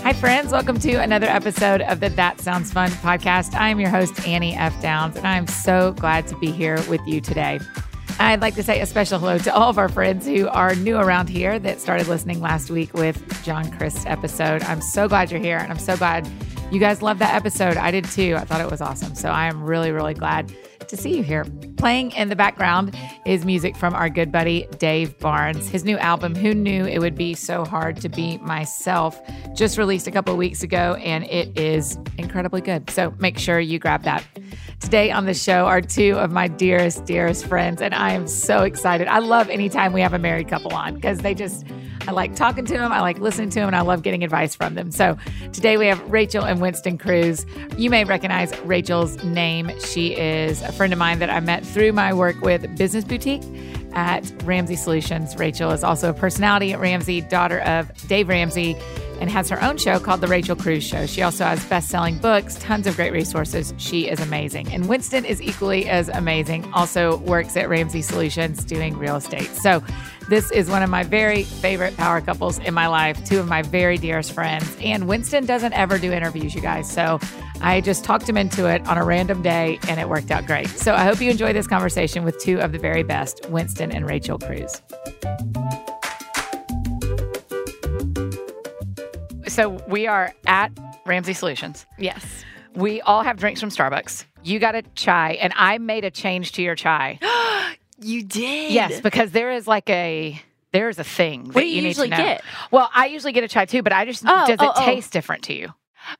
Hi, friends. Welcome to another episode of the That Sounds Fun podcast. I'm your host, Annie F. Downs, and I'm so glad to be here with you today. I'd like to say a special hello to all of our friends who are new around here that started listening last week with John Christ's episode. I'm so glad you're here, and I'm so glad you guys loved that episode. I did too. I thought it was awesome. So I am really, really glad to see you here. Playing in the background is music from our good buddy Dave Barnes. His new album, Who Knew It Would Be So Hard to Be Myself, just released a couple weeks ago and it is incredibly good. So make sure you grab that. Today on the show are two of my dearest, dearest friends, and I am so excited. I love anytime we have a married couple on because they just I like talking to them. I like listening to them, and I love getting advice from them. So today we have Rachel and Winston Cruz. You may recognize Rachel's name. She is a friend of mine that I met through my work with Business Boutique at Ramsey Solutions. Rachel is also a personality at Ramsey, daughter of Dave Ramsey, and has her own show called The Rachel Cruz Show. She also has best selling books, tons of great resources. She is amazing. And Winston is equally as amazing, also works at Ramsey Solutions doing real estate. So, this is one of my very favorite power couples in my life, two of my very dearest friends. And Winston doesn't ever do interviews, you guys. So I just talked him into it on a random day and it worked out great. So I hope you enjoy this conversation with two of the very best, Winston and Rachel Cruz. So we are at Ramsey Solutions. Yes. We all have drinks from Starbucks. You got a chai, and I made a change to your chai. You did. yes, because there is like a there is a thing that do you you, need usually to know. get? Well, I usually get a chai too, but I just Oh, does it oh, oh. taste different to you?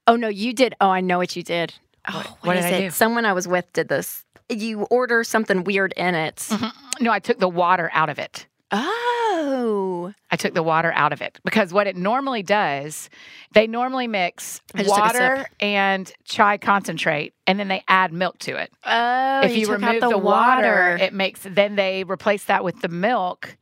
Oh no, you did. Oh, I know what you did. Oh, what is did I it? do? Someone I was with did this. You order something weird in it. Mm. No, I took the water out of it. Oh, I took the water out of it because what it normally does, they normally mix I just took a water and chai concentrate, and then they add milk to it. oh. if you, took out remove the, water, it makes then they replace that with the milk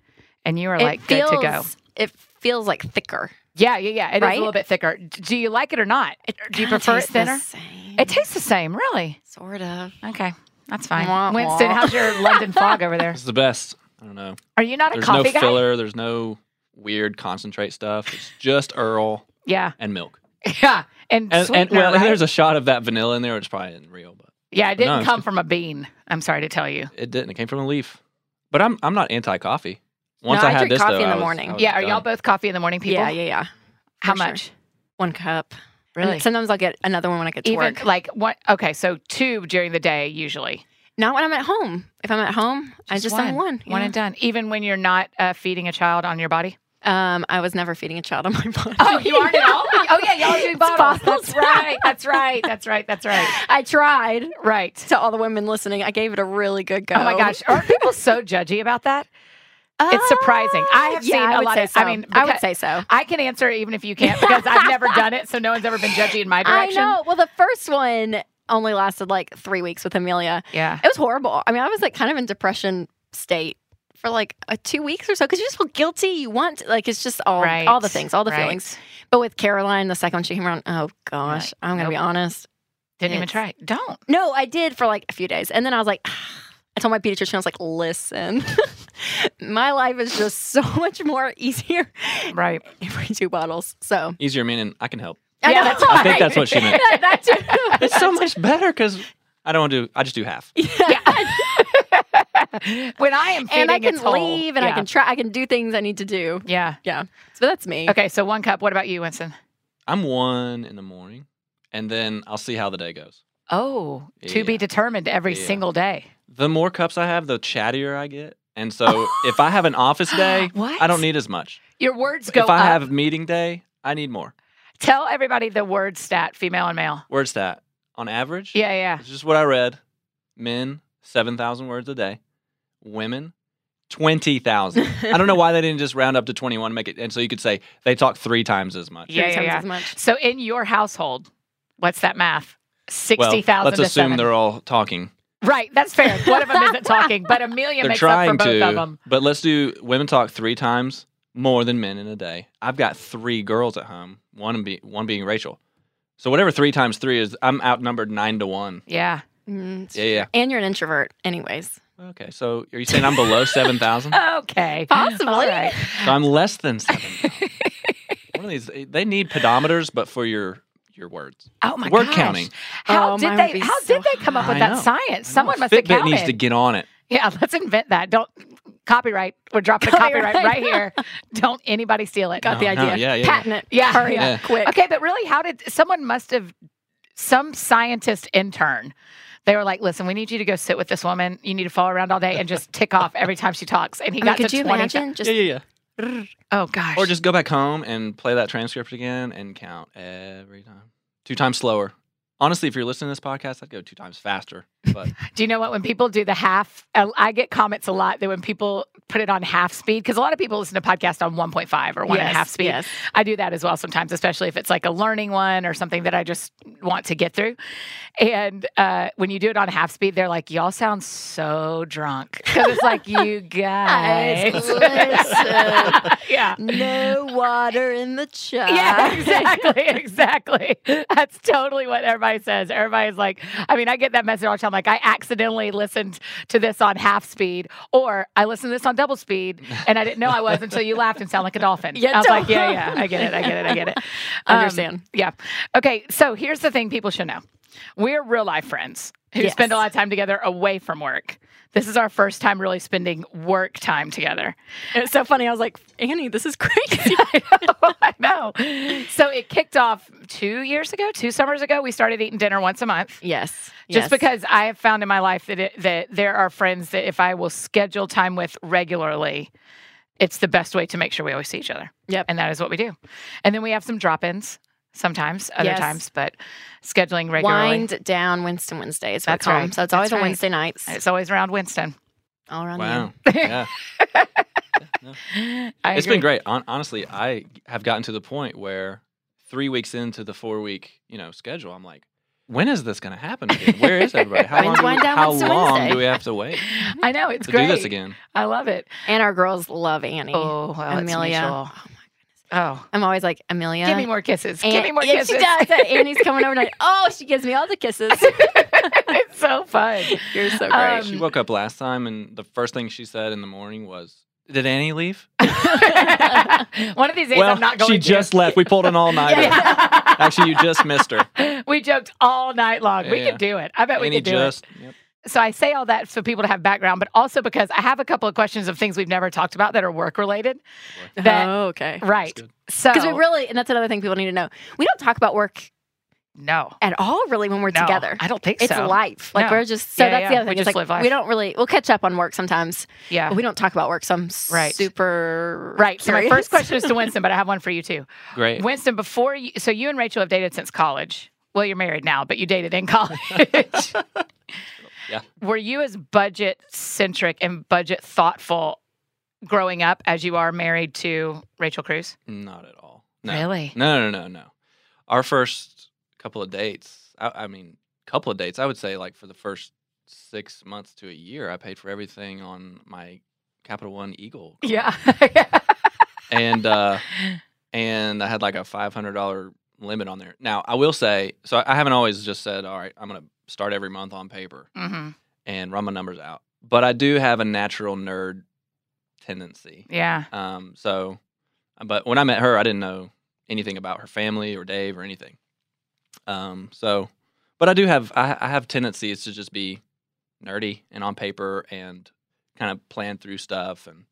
and you are like feels, good to go. It feels like thicker. Yeah, yeah, yeah. It is Right? a little bit thicker. D- Do you like it or not? Do you Kinda prefer it tastes the thinner? same, It tastes the same, really. sort of. Okay. That's fine. Wah, Winston, wah. how's your London fog over there? It's the best. I don't know. Are you not a There's no coffee guy? filler. There's no weird concentrate stuff. It's just Earl Yeah. and milk. Yeah. And, And, and sweetener, well, right? and there's a shot of that vanilla in there, which probably isn't real, but yeah, it didn't No, it's come from a bean. I'm sorry to tell you. it didn't. It came from a leaf. But I'm I'm not anti coffee. Once No, I I had drink this coffee though, in the I was- morning. I was Yeah, are done. y'all both coffee in the morning people? Yeah, yeah, yeah. How for sure. much? One cup. And Really? sometimes I'll get another one when I get to Even work. like what? Okay, so two during the day usually. Not when I'm at home. If I'm at home, I just one. on one. you One know? and done. Even when you're not uh, feeding a child on your body. Um, I was never feeding a child on my body. Oh, you aren't at all. Oh yeah, y'all are doing It's bottles. bottles. That's right. That's right. That's right. That's right. I tried. Right. To all the women listening, I gave it a really good go. Oh my gosh, aren't people so judgy about that? It's surprising. I Uh, have yeah, seen I a would lot say of. So. I mean, I would because- say so. I can answer even if you can't because I've never done it, so no one's ever been judgy in my I direction. know. Well, the first one only lasted like three weeks with Amelia. Yeah. It was horrible. I mean, I was like kind of in depression state for like a two weeks or so because you just feel guilty. You want like it's just all Right. all the things, all the Right. feelings. But with Caroline, the second one she came around, oh gosh, I'm gonna be honest. Didn't even It's- try. it. Don't. No, I did for like a few days, and then I was like, I told my pediatrician, I was like, listen, my life is just so much more easier Right. every two bottles. So Easier meaning I can help. I Yeah, know, that's- I think that's what she meant. Yeah, that's it. It's so much better because I don't want to do I just do half. when I am feeding, and I it's can whole. leave, and I Yeah. can try. I can do things I need to do. Yeah. Yeah, so that's me. Okay. So one cup. What about you, Winston? I'm one in the morning and then I'll see how the day goes. Oh, to be Yeah. determined every Yeah. single day. The more cups I have, the chattier I get. And so if I have an office day, What? I don't need as much. Your words go if I up. have meeting day, I need more. Tell everybody the word stat, female and male. Where's that? On average? Yeah, yeah. It's just what I read. Men, 7,000 words a day. Women, 20,000. I don't know why they didn't just round up to 21 make it. And so you could say they talk three times as much. Yeah, Three yeah, times yeah. as much. So in your household, what's that math? Well, 60,000 let's to assume seven. they're all talking. Right, that's fair. One of them isn't talking, but Amelia they're makes up trying for both to. of them. But let's do women talk three times more than men in a day. I've got three girls at home, one, be, one being Rachel. So whatever three times three is, I'm outnumbered nine to one. Yeah. Mm, it's Yeah, yeah. true. And you're an introvert, anyways. Okay, so are you saying I'm below 7,000? So Okay. Possibly. All right. I'm less than 7,000. One of these, they need pedometers, but for your your words. Oh my Word gosh. counting. How Oh, did mine would they be how so did they come up high. with I that know. science? Someone must have Fitbit counted. needs to get on it. yeah, let's invent that. Don't copyright. We're dropping the copyright Copyright. right here. Don't anybody steal it. Got the No, no, idea. yeah, yeah, yeah. Patent it. Yeah. Hurry Yeah. up, quick. Okay, but really, how did someone must have some scientist intern? They were like, "Listen, we need you to go sit with this woman. You need to follow around all day and just tick off every time she talks." And he I mean, got could to you 20 imagine? Just yeah, yeah, yeah. Oh gosh. Or just go back home and play that transcript again and count every time. Two times slower. Honestly, if you're listening to this podcast, I'd go two times faster. But do you know what? When people do the half, uh, I get comments a lot that when people put it on half speed, because a lot of people listen to podcasts on 1.5 or one and a half Yes, speed. Yes. I do that as well sometimes, especially if it's like a learning one or something that I just want to get through. And uh, when you do it on half speed, they're like, "Y'all sound so drunk," because it's like you guys. listen. yeah. no water in the jar. Yeah, exactly, exactly. That's totally what everybody says. Everybody's like, I mean, I get that message all the time. Like, I accidentally listened to this on half speed, or I listened to this on double speed, and I didn't know I was until you laughed and sound like a dolphin. Yeah, I was like, don't- yeah, yeah, I get it, I get it, I get it. Um, Understand. yeah. Okay, so here's the thing people should know: we're real life friends who Yes. spend a lot of time together away from work. This is our first time really spending work time together. It was so funny. I was like, Annie, this is crazy. I know. So it kicked off two years ago, two summers ago. We started eating dinner once a month. yes. Just because I have found in my life that it, that there are friends that if I will schedule time with regularly, it's the best way to make sure we always see each other. Yep. And that is what we do. And then we have some drop-ins sometimes, other Yes. times, but scheduling regularly. Wind down Winston Wednesdays. That's That's come. right. So it's always That's on right. Wednesday nights. It's always around Winston. All around the wow. end. Yeah. I It's agree. been great. Hon- honestly, I have gotten to the point where three weeks into the four week, you know, schedule, I'm like, when is this going to happen again? Where is everybody? How long, When's do we, Wind Down how Wednesday long Wednesday? do we have to wait I know it's to great. do this again? I love it. And our girls love Annie. Oh, well, Amelia. It's mutual. oh, I'm always like, Amelia. give me more kisses. give An- me more Yeah, kisses. She does. that. Annie's coming over like, oh, she gives me all the kisses. it's so fun. You're so great. Um, she woke up last time, and the first thing she said in the morning was, Did Annie leave? One of these days, well, I'm not going. she to. just left. We pulled an all nighter. Yeah. Actually, you just missed her. we joked all night long. We Yeah. could do it. I bet we Annie could do just. Yep. it. So I say all that for people to have background, but also because I have a couple of questions of things we've never talked about that are work related. That oh, okay. right. good. So Because we really, and that's another thing people need to know. We don't talk about work no, at all, really, when we're no, together. I don't think It's so. life. Like No. we're just so Yeah, that's yeah. the other We thing. It's just live like life. we don't really we'll catch up on work sometimes, Yeah. but we don't talk about work. So I'm s- Right. super Right. So my curious. first question is to Winston, but I have one for you too. Great. Winston, before you, so you and Rachel have dated since college. Well, you're married now, but you dated in college. Yeah. Were you as budget centric and budget thoughtful growing up as you are married to Rachel Cruz? Not at all. No. Really? No, no, no, no. Our first couple of dates, I, I mean, couple of dates, I would say like for the first six months to a year, I paid for everything on my Capital One Eagle. card. Yeah. And, uh, and I had like a $500 limit on there. Now, I will say, so I haven't always just said, all right, I'm going to start every month on paper hmm and run my numbers out. But I do have a natural nerd tendency. Yeah. Um, so, but when I met her, I didn't know anything about her family or Dave or anything. Um, so, but I do have I, I have tendencies to just be nerdy and on paper and kind of plan through stuff and,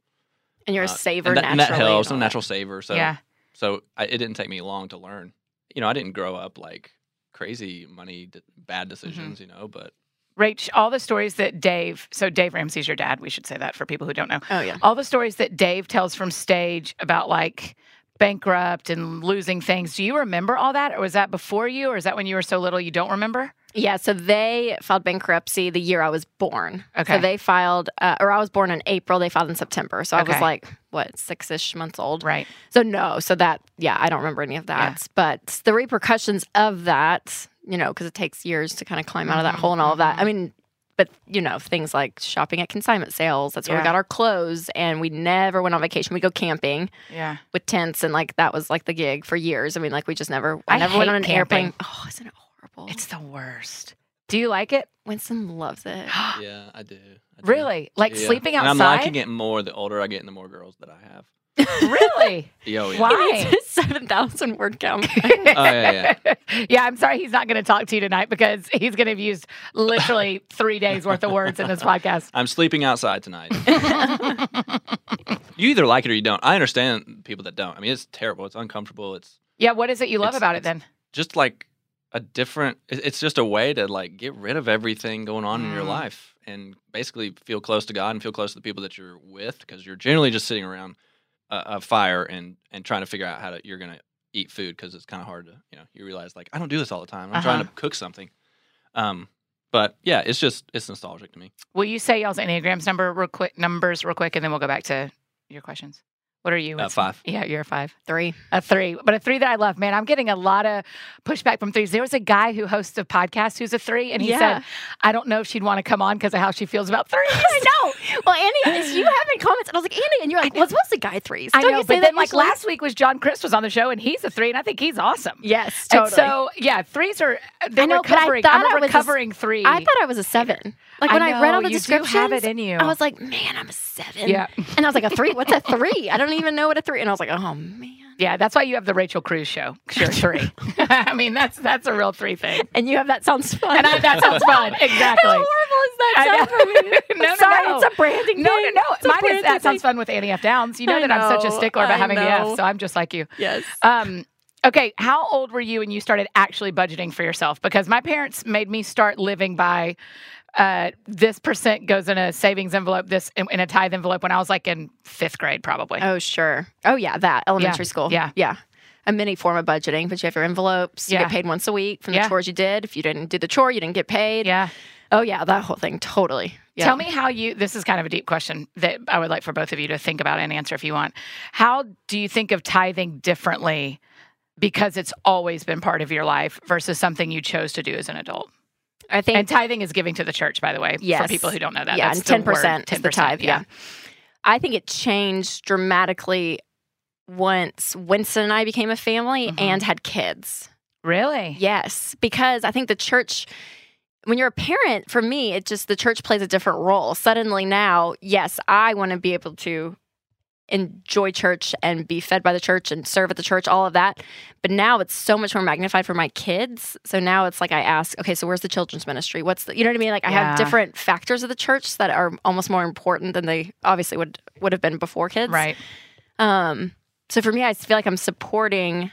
and you're uh, a saver and, that, and that naturally helps. I'm all a that. natural saver, so yeah. so I, it didn't take me long to learn. You know, I didn't grow up like crazy money d- Mm-hmm. bad decisions. You know, but Rach, all the stories that Dave, so Dave Ramsey's your dad, we should say that for people who don't know. Oh yeah. All the stories that Dave tells from stage about like bankrupt and losing things. Do you remember all that? Or was that before you? Or is that when you were so little you don't remember? Yeah. So they filed bankruptcy the year I was born. Okay. So they filed, uh, or I was born in April. They filed in September. So I Okay. was like, what, six ish months old? Right. So no. So that, yeah, I don't remember any of that. But the repercussions of that, you know, because it takes years to kind of climb out of that Mhm, hole and all of that. I mhm. mean, but you know, things like shopping at consignment sales. That's where Yeah. we got our clothes, and we never went on vacation. We go camping Yeah. with tents, and like that was like the gig for years. I mean, like we just never, I I never went hate on an camping. airplane. Oh, isn't it horrible? It's the worst. Do you like it? Winston loves it. Yeah, I do. I do. Ah. Really? Like Yeah. sleeping And I'm outside? liking it more the older I get and the more girls that I have. Really? Yeah, Oh, yeah. Why? It's seven thousand word count. Oh, yeah, yeah. yeah, I'm sorry he's not going to talk to you tonight because he's going to have used literally three days worth of words in this podcast. I'm sleeping outside tonight. you either like it or you don't. I understand people that don't. I mean, it's terrible. It's uncomfortable. It's Yeah, what is it you love It's- about it it's- then? just like a different it- it's just a way to like get rid of everything going on in your Mm. life and basically feel close to god and feel close to the people that you're with because you're generally just sitting around a, a fire and and trying to figure out how to you're gonna eat food because it's kind of hard to you know you realize like i don't do this all the time i'm trying to cook something um but yeah it's just it's nostalgic to me Will you say y'all's Enneagrams number real quick, numbers real quick, and then we'll go back to your questions? What are you? uh, Winston? five Yeah, you're a five. Three. A three, but a three that I love, man. I'm getting a lot of pushback from threes. There was a guy who hosts a podcast who's a three, and he Yeah. said, I don't know if she'd want to come on because of how she feels about threes. I know. Well, Annie, it's you having comments, and I was like, Annie, and you're like, well, it's supposed to guy threes. I Don't know, you say but that then like usually? last week was John Chris was on the show, and he's a three, and I think he's awesome. Yes, And totally. so yeah, threes are they're I know, but I recovering. thought am I a was a s- recovering three. I thought I was a seven. Like when I, know, read all the you do have it descriptions, in you. I was like, man, I'm a seven. yeah, And I was like, a three? What's a three? I don't even know what a three. And I was like, oh man. yeah. That's why you have the Rachel Cruz show. Sure, three. I mean, that's that's a real three thing. And you have that sounds fun. And I, that sounds fun. Exactly. How horrible is that I sound for me? know. No, no, Sorry, no. it's a branding. No, no, thing. no. It's a Mine is branding that sounds thing. fun with Annie F. Downs. You know I that I'm such a know, stickler about I having the F, know. so I'm just like you. Yes. Um, okay, how old were you when you started actually budgeting for yourself? Because my parents made me start living by uh, this percent goes in a savings envelope, this in, in a tithe envelope when I was like in fifth grade, probably. Oh, sure. Oh, yeah, that elementary school. yeah. Yeah. A mini form of budgeting, but you have your envelopes. You Yeah. get paid once a week from Yeah. the chores you did. If you didn't do the chore, you didn't get paid. yeah. Oh, yeah, that whole thing. Totally. Yeah. Tell me how you, this is kind of a deep question that I would like for both of you to think about and answer if you want. How do you think of tithing differently because it's always been part of your life versus something you chose to do as an adult? I think And tithing is giving to the church, by the way, for Yes. people who don't know that. yeah, That's and the ten word, percent is the 10%, tithe. Yeah. I think it changed dramatically once Winston and I became a family Mhm. and had kids. Really? Yes, because I think the church. When you're a parent, for me, it just the church plays a different role. Suddenly now, yes, I want to be able to enjoy church and be fed by the church and serve at the church, all of that. But now it's so much more magnified for my kids. So now it's like I ask, okay, so where's the children's ministry? What's the you know what I mean? Like I Yeah. have different factors of the church that are almost more important than they obviously would would have been before kids. Right. Um, so for me, I feel like I'm supporting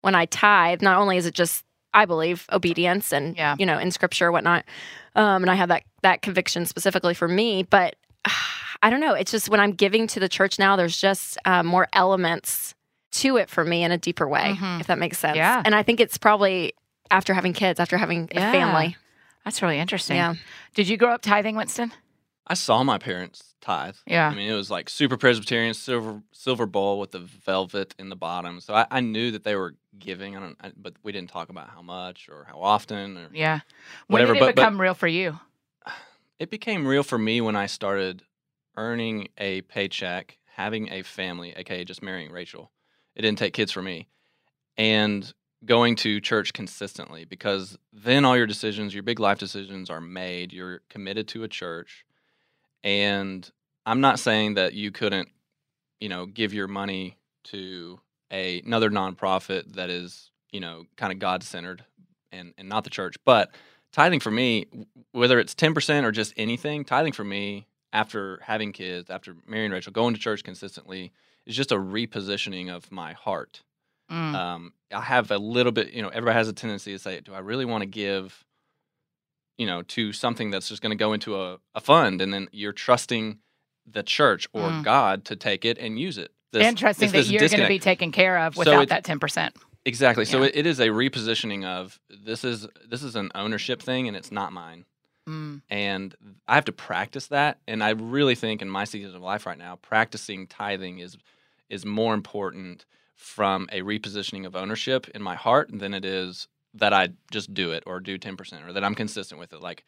when I tithe. Not only is it just I believe obedience and Yeah. you know in scripture and whatnot, um, and I have that that conviction specifically for me. But I don't know. It's just when I'm giving to the church now, there's just uh, more elements to it for me in a deeper way, Mhm. if that makes sense. Yeah. And I think it's probably after having kids, after having Yeah. a family. That's really interesting. Yeah. Did you grow up tithing, Winston? i saw my parents tithe Yeah. I mean, it was like super Presbyterian, silver silver bowl with the velvet in the bottom. So I, I knew that they were giving. I don't, I, but we didn't talk about how much or how often. Or Yeah. Whatever, when did it but- but- become real for you? it became real for me when I started earning a paycheck, having a family, aka just marrying Rachel. It didn't take kids for me, and going to church consistently because then all your decisions, your big life decisions, are made. You're committed to a church, and I'm not saying that you couldn't, you know, give your money to a, another nonprofit that is, you know, kind of God centered and and not the church, but tithing for me, w- whether it's ten percent or just anything, tithing for me after having kids, after marrying Rachel, going to church consistently is just a repositioning of my heart. Mm. Um, I have a little bit, you know, everybody has a tendency to say, do I really want to give, you know, to something that's just going to go into a, a fund and then you're trusting the church or Mm. God to take it and use it. This- interesting it's that this you're going to disconnect. be taken care of So without it's- that 10%. Exactly. So Yeah. it, it is a repositioning of this is this is an ownership thing and it's not mine. Mm. And I have to practice that. And I really think in my season of life right now, practicing tithing is is more important from a repositioning of ownership in my heart than it is that I just do it or do ten percent or that I'm consistent with it. Like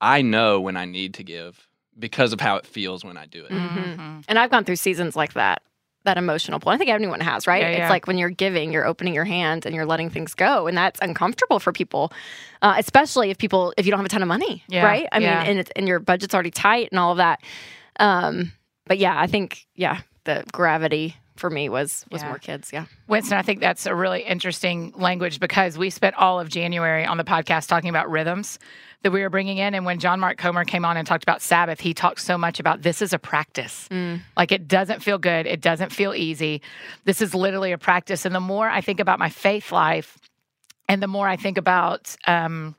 I know when I need to give because of how it feels when I do it. Mhm. Mhm. And I've gone through seasons like that that emotional point. I think everyone has, right? Yeah, yeah. It's like when you're giving, you're opening your hand and you're letting things go, and that's uncomfortable for people, uh, especially if people if you don't have a ton of money, Yeah, right? I yeah. mean, and it's, and your budget's already tight and all of that. Um, but yeah, I think yeah, the gravity for me was was Yeah. more kids. Yeah, Winston, I think that's a really interesting language because we spent all of January on the podcast talking about rhythms that we were bringing in. And when John Mark Comer came on and talked about Sabbath, he talked so much about this is a practice. Like it doesn't feel good, it doesn't feel easy. This is literally a practice. And the more I think about my faith life and the more I think about, um,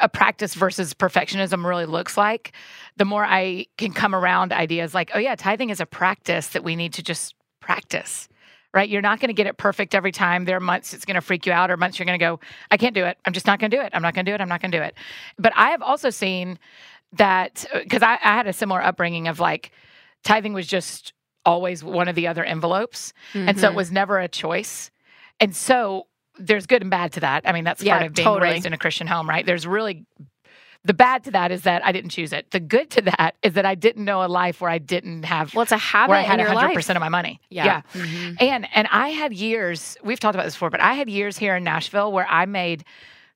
a practice versus perfectionism really looks like, the more I can come around ideas like, oh yeah, tithing is a practice that we need to just practice. Right? You're not going to get it perfect every time. There are months it's going to freak you out, or months you're going to go, I can't do it. I'm just not going to do it. I'm not going to do it. I'm not going to do it. But I have also seen that because I, I had a similar upbringing of like tithing was just always one of the other envelopes. Mm-hmm. And so it was never a choice. And so there's good and bad to that. I mean, that's Yeah, part of being totally. raised in a Christian home, right? There's really the bad to that is that I didn't choose it. The good to that is that I didn't know a life where I didn't have well, it's a habit where I had in your life. of my money. Yeah. Mm-hmm. And and I had years, we've talked about this before, but I had years here in Nashville where I made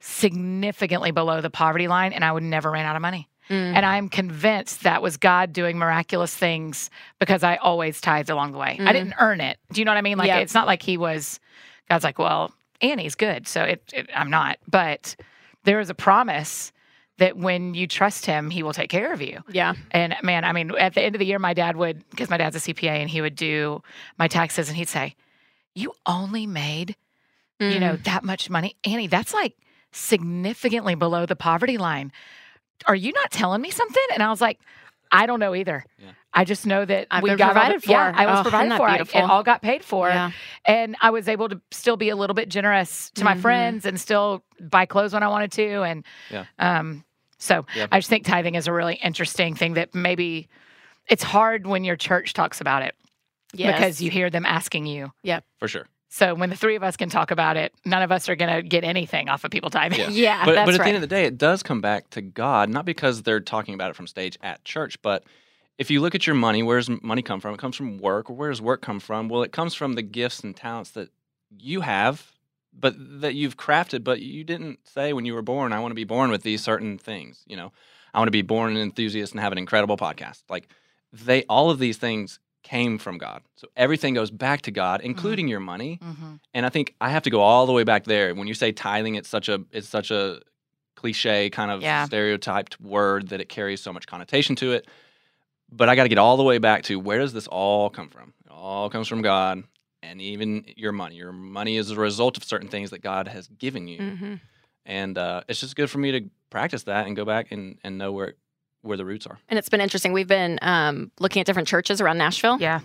significantly below the poverty line and I would never ran out of money. And I'm convinced that was God doing miraculous things because I always tithed along the way. I didn't earn it. Do you know what I mean? Like Yeah. it's not like he was God's like, well, Annie's good, so it, it I'm not. But there is a promise that when you trust him, he will take care of you. Yeah, And man, I mean, at the end of the year, my dad would, because my dad's a CPA and he would do my taxes and he'd say, You only made, Mm. you know, that much money. Annie, that's like significantly below the poverty line. Are you not telling me something? And I was like, I don't know either. Yeah. I just know that I've we been got all the- provided for. Yeah, I was Oh, provided isn't that for. I- beautiful? it all got paid for, Yeah. and I was able to still be a little bit generous to my Mhm. friends and still buy clothes when I wanted to, and Yeah. um, so Yeah. I just think tithing is a really interesting thing that maybe it's hard when your church talks about it Yes. because you hear them asking you. for sure. So when the three of us can talk about it, none of us are going to get anything off of people tithing. Yeah. yeah, but that's but at right. the end of the day, it does come back to God, not because they're talking about it from stage at church, but if you look at your money, where does m- money come from? It comes from work. Where does work come from? Well, it comes from the gifts and talents that you have, but that you've crafted, but you didn't say when you were born, I want to be born with these certain things. You know, I want to be born an enthusiast and have an incredible podcast. Like they, all of these things came from God. So everything goes back to God, including your money Mm-hmm. and I think I have to go all the way back there. When you say tithing, it's such a it's such a cliche kind of Yeah. stereotyped word that it carries so much connotation to it. But I got to get all the way back to where does this all come from? It all comes from God, and even your money. Your money is a result of certain things that God has given you, Mhm. and uh, it's just good for me to practice that and go back and, and know where where the roots are. And it's been interesting. We've been um, looking at different churches around Nashville. Yeah.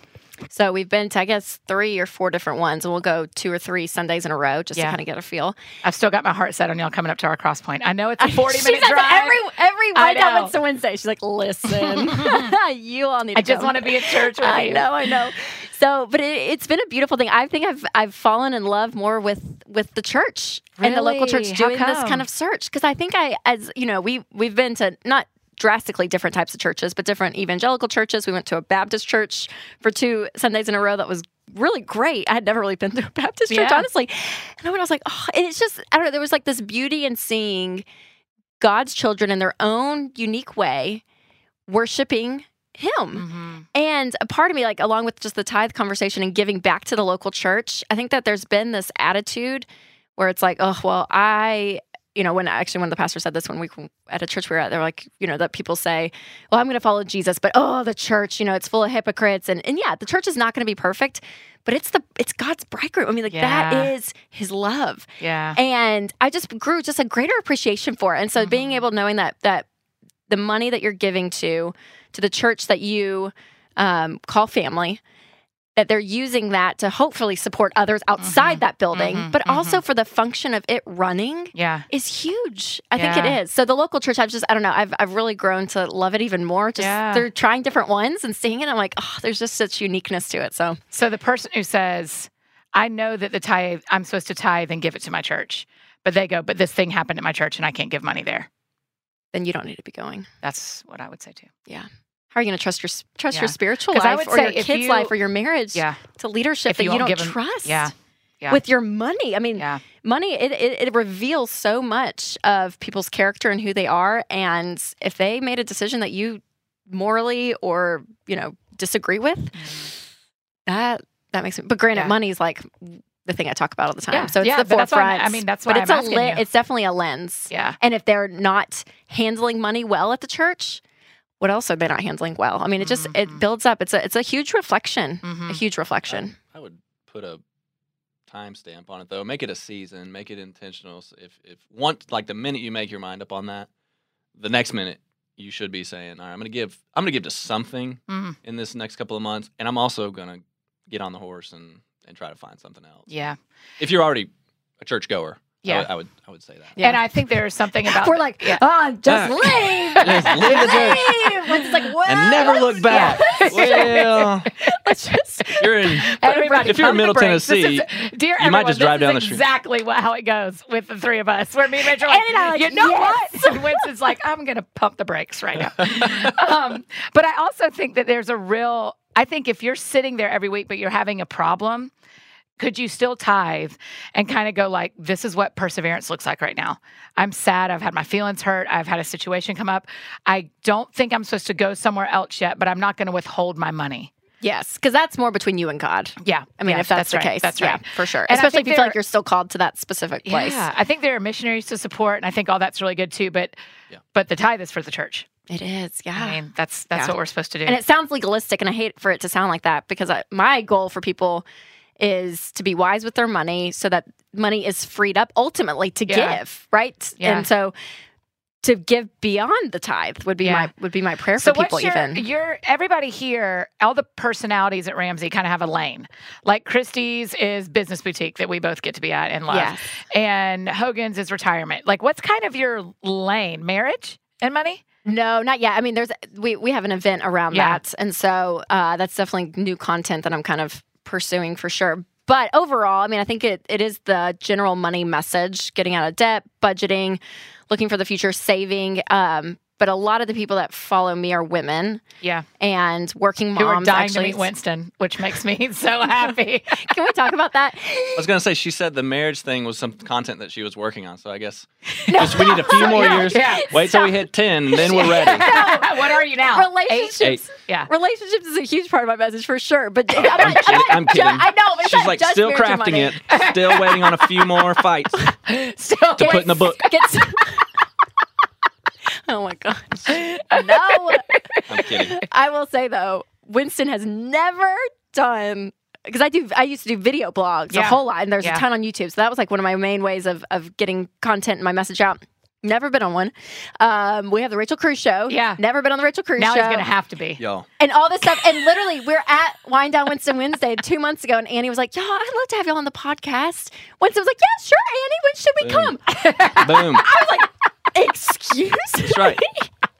So we've been to, I guess, three or four different ones, and we'll go two or three Sundays in a row just Yeah. to kind of get a feel. I've still got my heart set on y'all coming up to our cross point. I know it's a 40 she minute says drive. every every I night know. it's a Wednesday. She's like, "Listen, you all need." To I just go." want to be at church with I you. know, I know. So, but it, it's been a beautiful thing. I think I've I've fallen in love more with with the church and the local Really? church How doing this come? kind of search because I think I as you know we we've been to not drastically different types of churches but different evangelical churches. We went to a Baptist church for two Sundays in a row. That was really great. I had never really been to a Baptist church Yeah. honestly, and I went, I was like, oh, and it's just I don't know. There was like this beauty in seeing God's children in their own unique way worshiping Him. Mm-hmm. And a part of me, like along with just the tithe conversation and giving back to the local church, I think that there's been this attitude where it's like, oh well, I, you know, when actually when the pastor said this one week at a church we were at, they're like, you know, that people say, well, I'm going to follow Jesus, but oh, the church, you know, it's full of hypocrites, and and yeah, the church is not going to be perfect, but it's the it's God's bridegroom. I mean, like Yeah. that is His love Yeah. and I just grew just a greater appreciation for it. And so being Mhm. able knowing that that the money that you're giving to to the church that you um, call family that they're using that to hopefully support others Mm-hmm. outside that building, Mhm. but also for the function of it running Yeah. is huge. I think Yeah. it is. So the local church, I've just I don't know, I've I've really grown to love it even more. Just Yeah. through trying different ones and seeing it, I'm like, oh, there's just such uniqueness to it. So So the person who says, I know that the tithe, I'm supposed to tithe and give it to my church, but they go, but this thing happened at my church and I can't give money there. then you don't need to be going. That's what I would say too. How are you going to trust your trust Yeah. your spiritual 'Cause life I would or say your if kids' you- life or your marriage Yeah. to leadership If that you you, won't don't give 'em- trust? yeah. Yeah. With your money, I mean, Yeah. money it, it it reveals so much of people's character and who they are, and if they made a decision that you morally or you know disagree with, Mm-hmm. that that makes me. But granted, Yeah. money's like the thing I talk about all the time, Yeah. Uh, so it's Yeah, the but that's forefront. why I'm- I mean, that's but why it's I'm a asking you. it's definitely a lens. Yeah. And if they're not handling money well at the church, what else are they not handling well? I mean, it just Mhm. it builds up. It's a it's a huge reflection. Mhm. A huge reflection. I would put a timestamp on it though. Make it a season. Make it intentional. So if if once like the minute you make your mind up on that, the next minute you should be saying, "All right, I'm gonna give. I'm gonna give to something Mhm. in this next couple of months, and I'm also gonna get on the horse and and try to find something else." Yeah. If you're already a church goer, Yeah. I, would, I would I would say that. Yeah. And I think there's something about We're like, yeah. oh, just Ah. leave. Just leave the church. Leave. It's like, what? And never look back. well, let's just you're in everybody. if you're pump in the Middle brakes. This Tennessee, is- dear you everyone, might just this drive is down the street. Exactly what, how it goes with the three of us. Where me and Rachel, are like, And I'm like, you know "Yes." what? And Winston's like, I'm gonna pump the brakes right now. um, but I also think that there's a real. I think if you're sitting there every week, but you're having a problem. Could you still tithe and kind of go like, this is what perseverance looks like right now? I'm sad. I've had my feelings hurt. I've had a situation come up. I don't think I'm supposed to go somewhere else yet, but I'm not going to withhold my money. Yes, because that's more between you and God. Yeah. I mean, yeah, if that's, the right, case, That's yeah, right. for sure. And I Especially think if you feel there- like you're still called to that specific place. Yeah, I think there are missionaries to support, and I think all that's really good too. But, Yeah. but the tithe is for the church. It is, yeah. I mean, that's that's Ah, Yeah. what we're supposed to do. and it sounds legalistic, and I hate for it to sound like that because I, my goal for people is to be wise with their money so that money is freed up ultimately to Yeah. give, right? Yeah. And so to give beyond the tithe would be Yeah. my would be my prayer so for people. what's your, even your everybody here, all the personalities at Ramsey kind of have a lane. Like Christie's is business boutique that we both get to be at and love, Yes. and Hogan's is retirement. Like, what's kind of your lane? Marriage and money? No, not yet. I mean, there's we we have an event around Yeah. that, and so uh, that's definitely new content that I'm kind of pursuing for sure. But overall, I mean, I think it, it is the general money message: getting out of debt, budgeting, looking for the future, saving. Um, but a lot of the people that follow me are women Yeah, and working moms. who are dying actually, to meet Winston, which makes me so happy. can we talk about that? I was gonna say she said the marriage thing was some content that she was working on, so I guess just we need a few more years. yeah. Wait till we hit ten, then we're ready. what are you now? Relationships. Eight. Yeah. Relationships is a huge part of my message for sure. But I'm not, I'm I'm kidding. not I'm ju- kidding. I know. but it's She's not like just still marriage and money. crafting it, still waiting on a few more fights to So put in the book. Gets- oh my god! No, I'm kidding. I will say though, Winston has never done because I do. I used to do video blogs Yeah. a whole lot, and there's Yeah. a ton on YouTube. So that was like one of my main ways of of getting content and my message out. Never been on one. Um, we have the Rachel Cruz show. Yeah. never been on the Rachel Cruz now show. he's gonna have to be. Y'all. and all this stuff. And literally, we're at Wind Down Winston Wednesday two months ago, and Annie was like, "Y'all, I'd love to have y'all on the podcast." Winston was like, "Yeah, sure, Annie. When should we Boom. come?" Mm. Boom. Excuse me. That's right.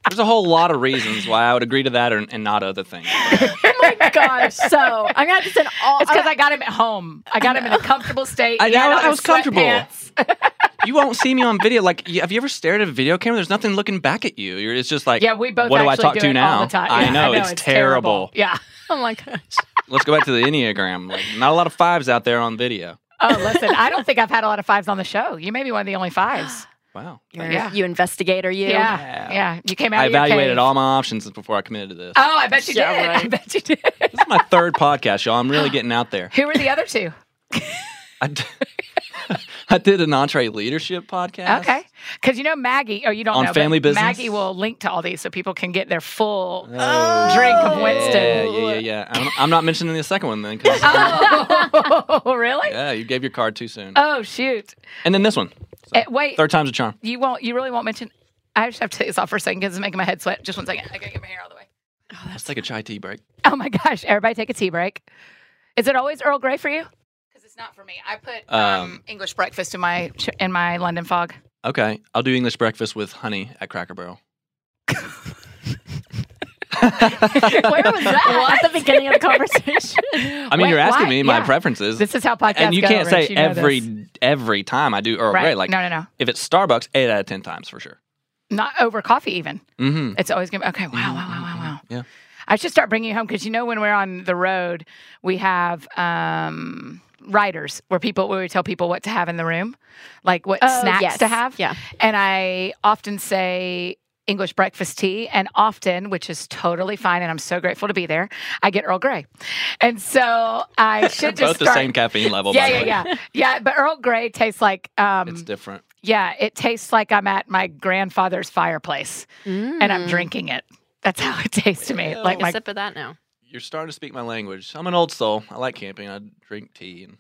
There's a whole lot of reasons why I would agree to that or, and not other things. Oh my gosh. So I'm gonna have to send all. It's because I got him at home. I got him in a comfortable state. I He had know, on I was his comfortable. sweatpants. You won't see me on video. Like, you- have you ever stared at a video camera? There's nothing looking back at you. You're, it's just like, Yeah, we both. What do I actually talk to it now? All the time. I, Yeah, know, it's, terrible. Yeah. oh my gosh. Let's go back to the enneagram. Like, not a lot of fives out there on video. Oh, listen. I don't think I've had a lot of fives on the show. You may be one of the only fives. Wow. You're, Yeah. You investigator. You. Yeah. Yeah. You came out. I of your evaluated cave. all my options before I committed to this. Oh, I bet you did. Yeah, right. I bet you did. This is my third podcast, y'all. I'm really getting out there. Who were the other two? I d- I did an entree leadership podcast. Okay. Because you know Maggie. Oh, you don't On know. but Family Business? Maggie will link to all these so people can get their full. Oh, Drink of yeah, Winston. Yeah, yeah, yeah. I'm, I'm not mentioning the second one then. 'cause- Oh, really? yeah, you gave your card too soon. Oh shoot. and then this one. So, Eh, wait. Third time's a charm. You won't. You really won't mention. I just have to take this off for a second because it's making my head sweat. Just one second. I gotta get my hair all the way. Let's take a chai tea break. Oh my gosh! Everybody, take a tea break. Is it always Earl Grey for you? Because it's not for me. I put um, Um, English breakfast in my in my London fog. Okay, I'll do English breakfast with honey at Cracker Barrel. Where was that? At the beginning of the conversation. I mean, Wait, you're asking why? me my Yeah. preferences, This is how podcasts and you go, can't Rich. say You know every this. every time I do Earl right? Grey. Like no, no, no, if it's Starbucks, eight out of ten times for sure. not over coffee even. Mm-hmm. Mm-hmm, It's always gonna. be Okay, wow, wow, wow, wow, wow. Yeah. I should start bringing you home because you know when we're on the road, we have um, writers where people where we tell people what to have in the room, like what Oh, snacks yes. to have. Yeah. And I often say English breakfast tea, and often, which is totally fine, and I'm so grateful to be there, I get Earl Grey. And so I should just Both the start- same caffeine level. yeah, by the way. yeah, yeah, yeah. But Earl Grey tastes like um, It's different. yeah, it tastes like I'm at my grandfather's fireplace and I'm Mm-hmm. Mm. drinking it. That's how it tastes to me. Well, Like Take a my sip of that now. You're starting to speak my language. I'm an old soul. I like camping. I drink tea and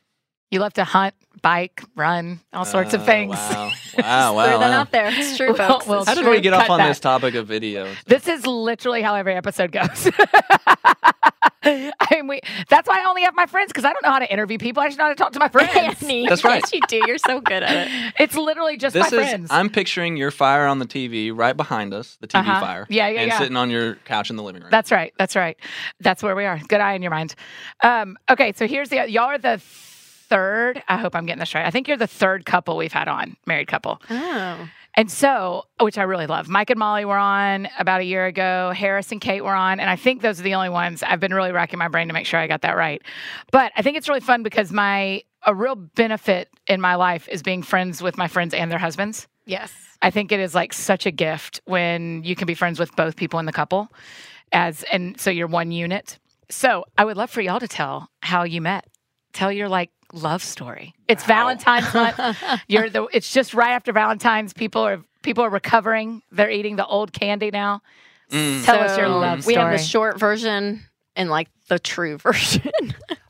you love to hunt, bike, run, all sorts of Oh, things. Wow, wow, Throw wow. that wow. out there. It's true, Well, folks. well, It's How did Sure, we get off cut on that. this topic of video? This is literally how every episode goes. I mean, we, that's why I only have my friends because I don't know how to interview people. I just know how to talk to my friends. Annie, That's right. Yes, you do. You're so good at it. It's literally just my This is. friends. I'm picturing your fire on the TV right behind us, the TV Uh-huh. fire. Yeah, yeah, And yeah. sitting on your couch in the living room. That's right. That's right. That's where we are. Good eye in your mind. Um, okay, so here's the y'all are the third. I hope I'm getting this right. I think you're the third couple we've had on, married couple. Oh. And so, which I really love. Mike and Molly were on about a year ago. Harris and Kate were on, and I think those are the only ones I've been really racking my brain to make sure I got that right. But I think it's really fun because my a real benefit in my life is being friends with my friends and their husbands. Yes. I think it is like such a gift when you can be friends with both people in the couple as and so you're one unit. So I would love for y'all to tell how you met. Tell your like love story. It's Valentine's month. You're the it's just right after Valentine's. People are people are recovering. They're eating the old candy now. Mm. Tell us your So, love We have the story. short version and like the true version.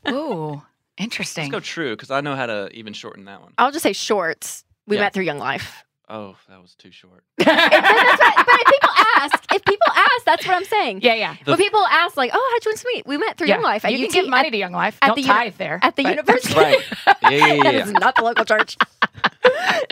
Ooh, Let's interesting. go true because I know how to even shorten that Uh, one. I'll just say short. We Yeah. met through Young Life. Oh, that was too short. That's right. But if people ask, if people ask, that's what I'm saying. yeah, yeah. The- when people ask, like, "Oh, how'd you and Sweet? We met through yeah. Young Life at you UT can give money to Young Life. at Don't the uni- tithe there. at, at the but- university." Right. Yeah, yeah, yeah. that yeah. is not the local church.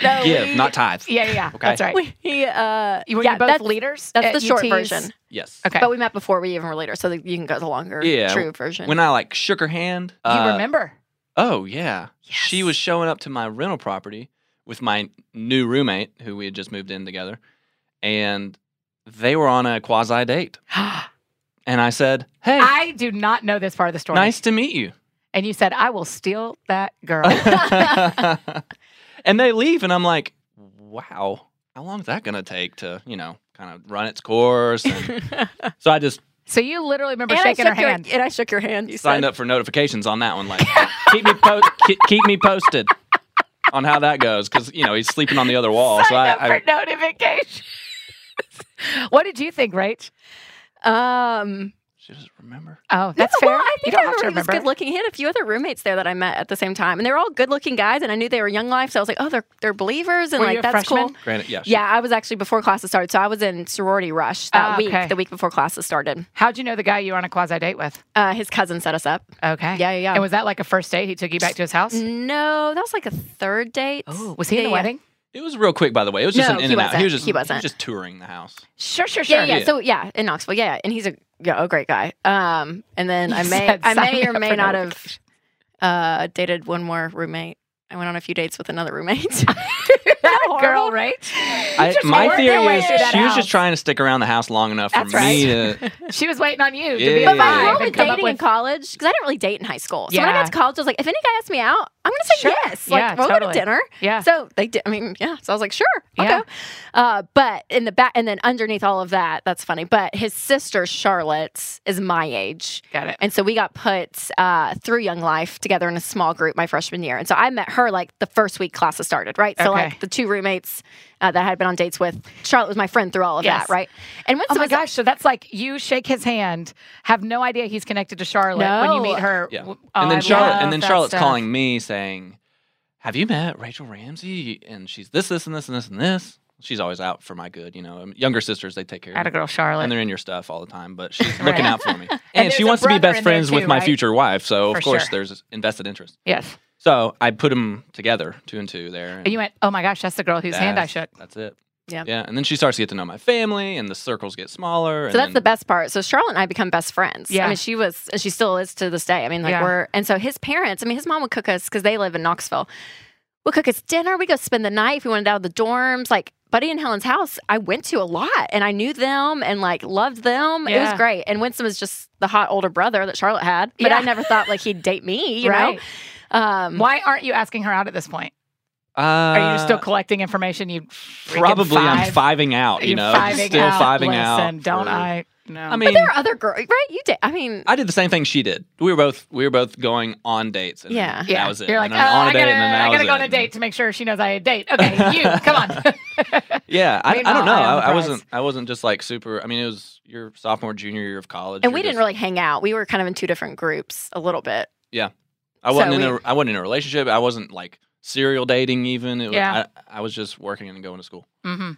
no, Give, we- not tithes. Yeah, yeah, yeah. Okay. That's right. we. Uh, You were yeah, you both that's, leaders. that's at the short UT's? version. Yes. Okay. But we met before we even were later, so that you can go the longer, Yeah, true version. When I like shook her hand. you uh, remember? Oh yeah. She was showing up to my rental property with my new roommate who we had just moved in together and they were on a quasi date and I said, "Hey, I do not know this part of the story. nice to meet you." And you said, I will steal that girl. and they leave and I'm like, "Wow. How long is that going to take to, you know, kind of run its course?" And so I just so you literally remember and I shaking shook her your hand. and I shook your hand. You signed said. up for notifications on that one. Like, keep me po- keep, keep me posted on how that goes because you know he's sleeping on the other wall. Oh, so Sign up I, I for notifications. what did you think, Rach? Um, she doesn't remember. Oh, that's no, fair. Well, I you think don't I have to remember he was remember. good looking. He had a few other roommates there that I met at the same time, and they were all good looking guys. And I knew they were young life, so I was like, "Oh, they're they're believers," and Were like you a that's freshman? cool. Granted, yeah, sure. Yeah, I was actually before classes started, so I was in sorority rush that Ah, week, okay. the week before classes started. How'd you know the guy you were on a quasi date with? Uh, his cousin set us up. Okay. Yeah, yeah, yeah. And was that like a first date? He took you back to his house? no, that was like a third date. Oh, was he in the Yeah, yeah. wedding? It was real quick, by the way. It was just No, an he in and out. wasn't. He was just He wasn't. just touring the house. Sure, sure, sure. Yeah, yeah, Yeah. So yeah, in Knoxville. Yeah, yeah. and he's a yeah, a great guy. Um, and then You I may said I sign me may or up may for not have uh, dated one more roommate. I went on a few dates with another roommate. That girl, horrible? Rach. I, just my worked your theory way is through that she was house. just trying to stick around the house long enough That's for me to. She was waiting on you to be Yeah. alive But I was I and only come up dating in with. college because I didn't really date in high school. So when I Yeah. got to college, I was like, if any guy asks me out, I'm going to say Sure. yes. Like, Yeah, we'll go totally. to dinner. Yeah. So they did. I mean, yeah. So I was like, sure, I'll Yeah. go. Uh, but in the back, and then underneath all of that, that's funny. But his sister Charlotte is my age. Got it. And so we got put uh, through Young Life together in a small group my freshman year. And so I met her like the first week classes started, right? So Okay. like the two roommates uh, that I had been on dates with, Charlotte was my friend through all of Yes. that, right? And once Oh it my was- gosh! So that's like you shake his hand, have no idea he's connected to Charlotte when you No. meet her. Yeah. W- oh, and then I Charlotte, love and then that Charlotte's stuff. calling me saying, "Have you met Rachel Ramsey? And she's this, this, and this, and this, and this." She's always out for my good, you know. Um, Younger sisters, they take care of At me. a girl, Charlotte. and they're in your stuff all the time. But she's Right. looking out for me, and, there's she a wants to be brother best in there friends too, with my right? future wife. So For of course, sure. there's invested interest. yes. So I put them together, two and two there. And you went, oh my gosh, that's the girl whose hand I that's- shook. That's it. Yeah. Yeah, and then she starts to get to know my family, and the circles get smaller. So that's the best part. So Charlotte and I become best friends. Yeah. I mean, she was, and she still is to this day. I mean, like Yeah. we're, and so his parents, I mean, his mom would cook us because they live in Knoxville. We'll cook us dinner. We go spend the night if we wanted out of the dorms. Like, Buddy and Helen's house, I went to a lot and I knew them and like loved them. It Yeah. was great. And Winston was just the hot older brother that Charlotte had, but Yeah. I never thought like he'd date me, you right? know? Um, Why aren't you asking her out at this point? Uh, Are you still collecting information? You freaking probably? I'm five. fiving out. You You're know, fiving still out. fiving Listen, out. Don't for- I? No. I I mean, mean, there are other girls, right? You did. I mean, I did the same thing she did. We were both we were both going on dates. And Yeah. that yeah, was it. You're like, And then oh, on a I date, gotta, and then that I was gotta go it. on a date to make sure she knows I had a date. Okay, you come on. Yeah, I, I don't Meanwhile, know. I am I, I the prize. wasn't. I wasn't just like super. I mean, it was your sophomore, junior year of college, and You're we didn't just- really hang out. We were kind of in two different groups a little bit. I wasn't so in we- a. I wasn't in a relationship. I wasn't like serial dating even. It was, Yeah. I, I was just working and going to school. hmm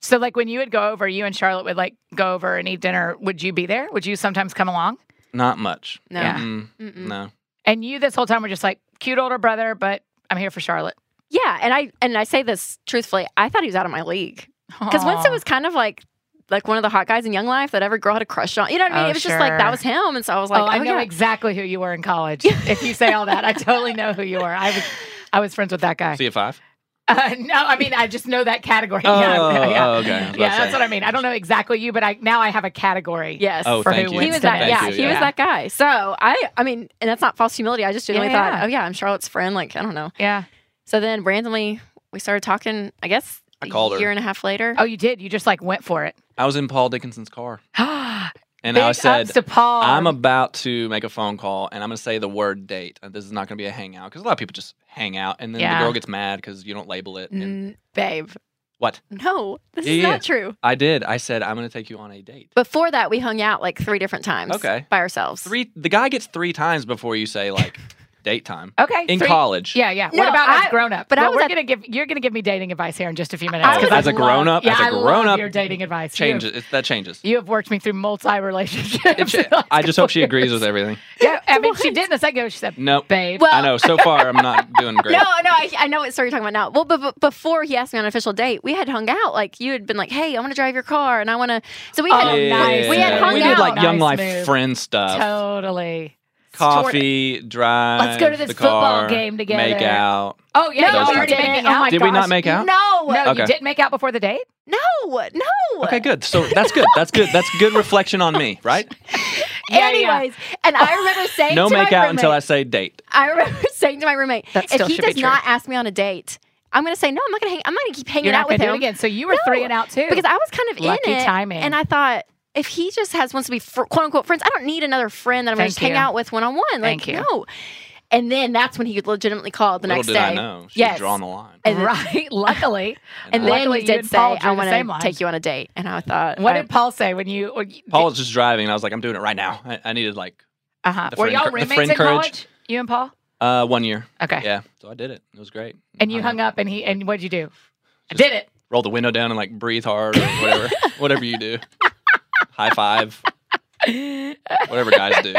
So, like when you would go over, you and Charlotte would like go over and eat dinner. Would you be there? Would you sometimes come along? Not much. No. Yeah. Mm, Mm-mm. No. And you this whole time were just like cute older brother, but I'm here for Charlotte Yeah, and I and I say this truthfully, I thought he was out of my league because Winston Aw. was kind of like like one of the hot guys in Young Life that every girl had a crush on. You know what I mean? Oh, it was just like sure. that was him, and so I was like, oh, I oh, know yeah. exactly who you were in college. if you say all that, I totally know who you were. I was, I was friends with that guy. See you at five. Uh, no, I mean I just know that category. Oh, yeah, yeah. oh, okay. I was about Yeah, to that's say. what I mean. I don't know exactly you, but I now I have a category. yes. Oh, for thank who you. he was Winston that. Thank yeah, you, he was that guy. So I, I mean, and that's not false humility. I just genuinely Yeah, thought, yeah. oh yeah, I'm Charlotte's friend. Like I don't know. Yeah. So then randomly we started talking. I guess I called a her. year and a half later. Oh, you did. You just like went for it. I was in Paul Dickinson's car, and Big I said, ups to Paul. I'm about to make a phone call and I'm going to say the word date. Uh, This is not going to be a hangout because a lot of people just hang out and then Yeah. Mm. the girl gets mad because you don't label it. And N- babe, What? no, this Yeah, is yeah. not true. I did. I said, I'm going to take you on a date. Before that, we hung out like three different times. Okay. by ourselves. Three. The guy gets three times before you say, like, date time okay in three- college. Yeah, yeah. No, what about as I- grown up? but I well, was we're at- gonna give you're gonna give me dating advice here in just a few minutes. I was 'cause at- as a love- grown up, yeah, as I a love grown up, your dating advice You have- changes. It, that changes. You have worked me through multi relationships. If she- I just hope she agrees with Mm. everything. Yeah, I mean, she did in a second. ago, She said, Nope. "Babe, Well- I know. So far, I'm not doing great. No, no, I, I know what story you're talking about now. Well, but, but before he asked me on an official date, we had hung out. Like you had been like, "Hey, I want to drive your car," and I want to. So we had Oh, nice. We had Yeah. hung We did like out. young Nice life move. friend stuff. totally." coffee, drive. Let's go to this the football car, game together. Make out. Oh yeah, No, you we already didn't. making out. Oh my Did we not gosh. make out? No, No, Okay. you did make out before the date. no, no. Okay, good. So that's good. That's good. That's good reflection on me, right? Yeah, yeah. Anyways, and I remember saying Oh, No to make my out roommate, until I say date. I remember saying to my roommate, That if still he should be does not ask me on a date, I'm going to say no. I'm not going to hang. I'm not going to keep hanging You're out not with gonna do him it again. So you were No, three and out too. because I was kind of Lucky in it, timing. and I thought. If he just has wants to be fr- quote unquote friends, I don't need another friend that I'm going Thank to just hang you. out with one on one. Like Thank you. no, and then that's when he legitimately called the Little next did day. I know. She's Yes. drawn the line. And, right. Luckily, and I- then Luckily, he you did and say, Paul drew "I the want same to line. take you on a date," and I thought, what I- did Paul say when you? Or you Paul was just driving, and I was like, I'm doing it right now. I, I needed like uh-huh. the Were friend y'all cour- the roommates friend in courage. college? You and Paul? uh, one year. Okay. Yeah. So I did it. It was great. And you hung up, and he and what'd you do? I Just- did it. Roll the window down and like breathe hard or whatever. whatever you do. High five. Whatever guys do.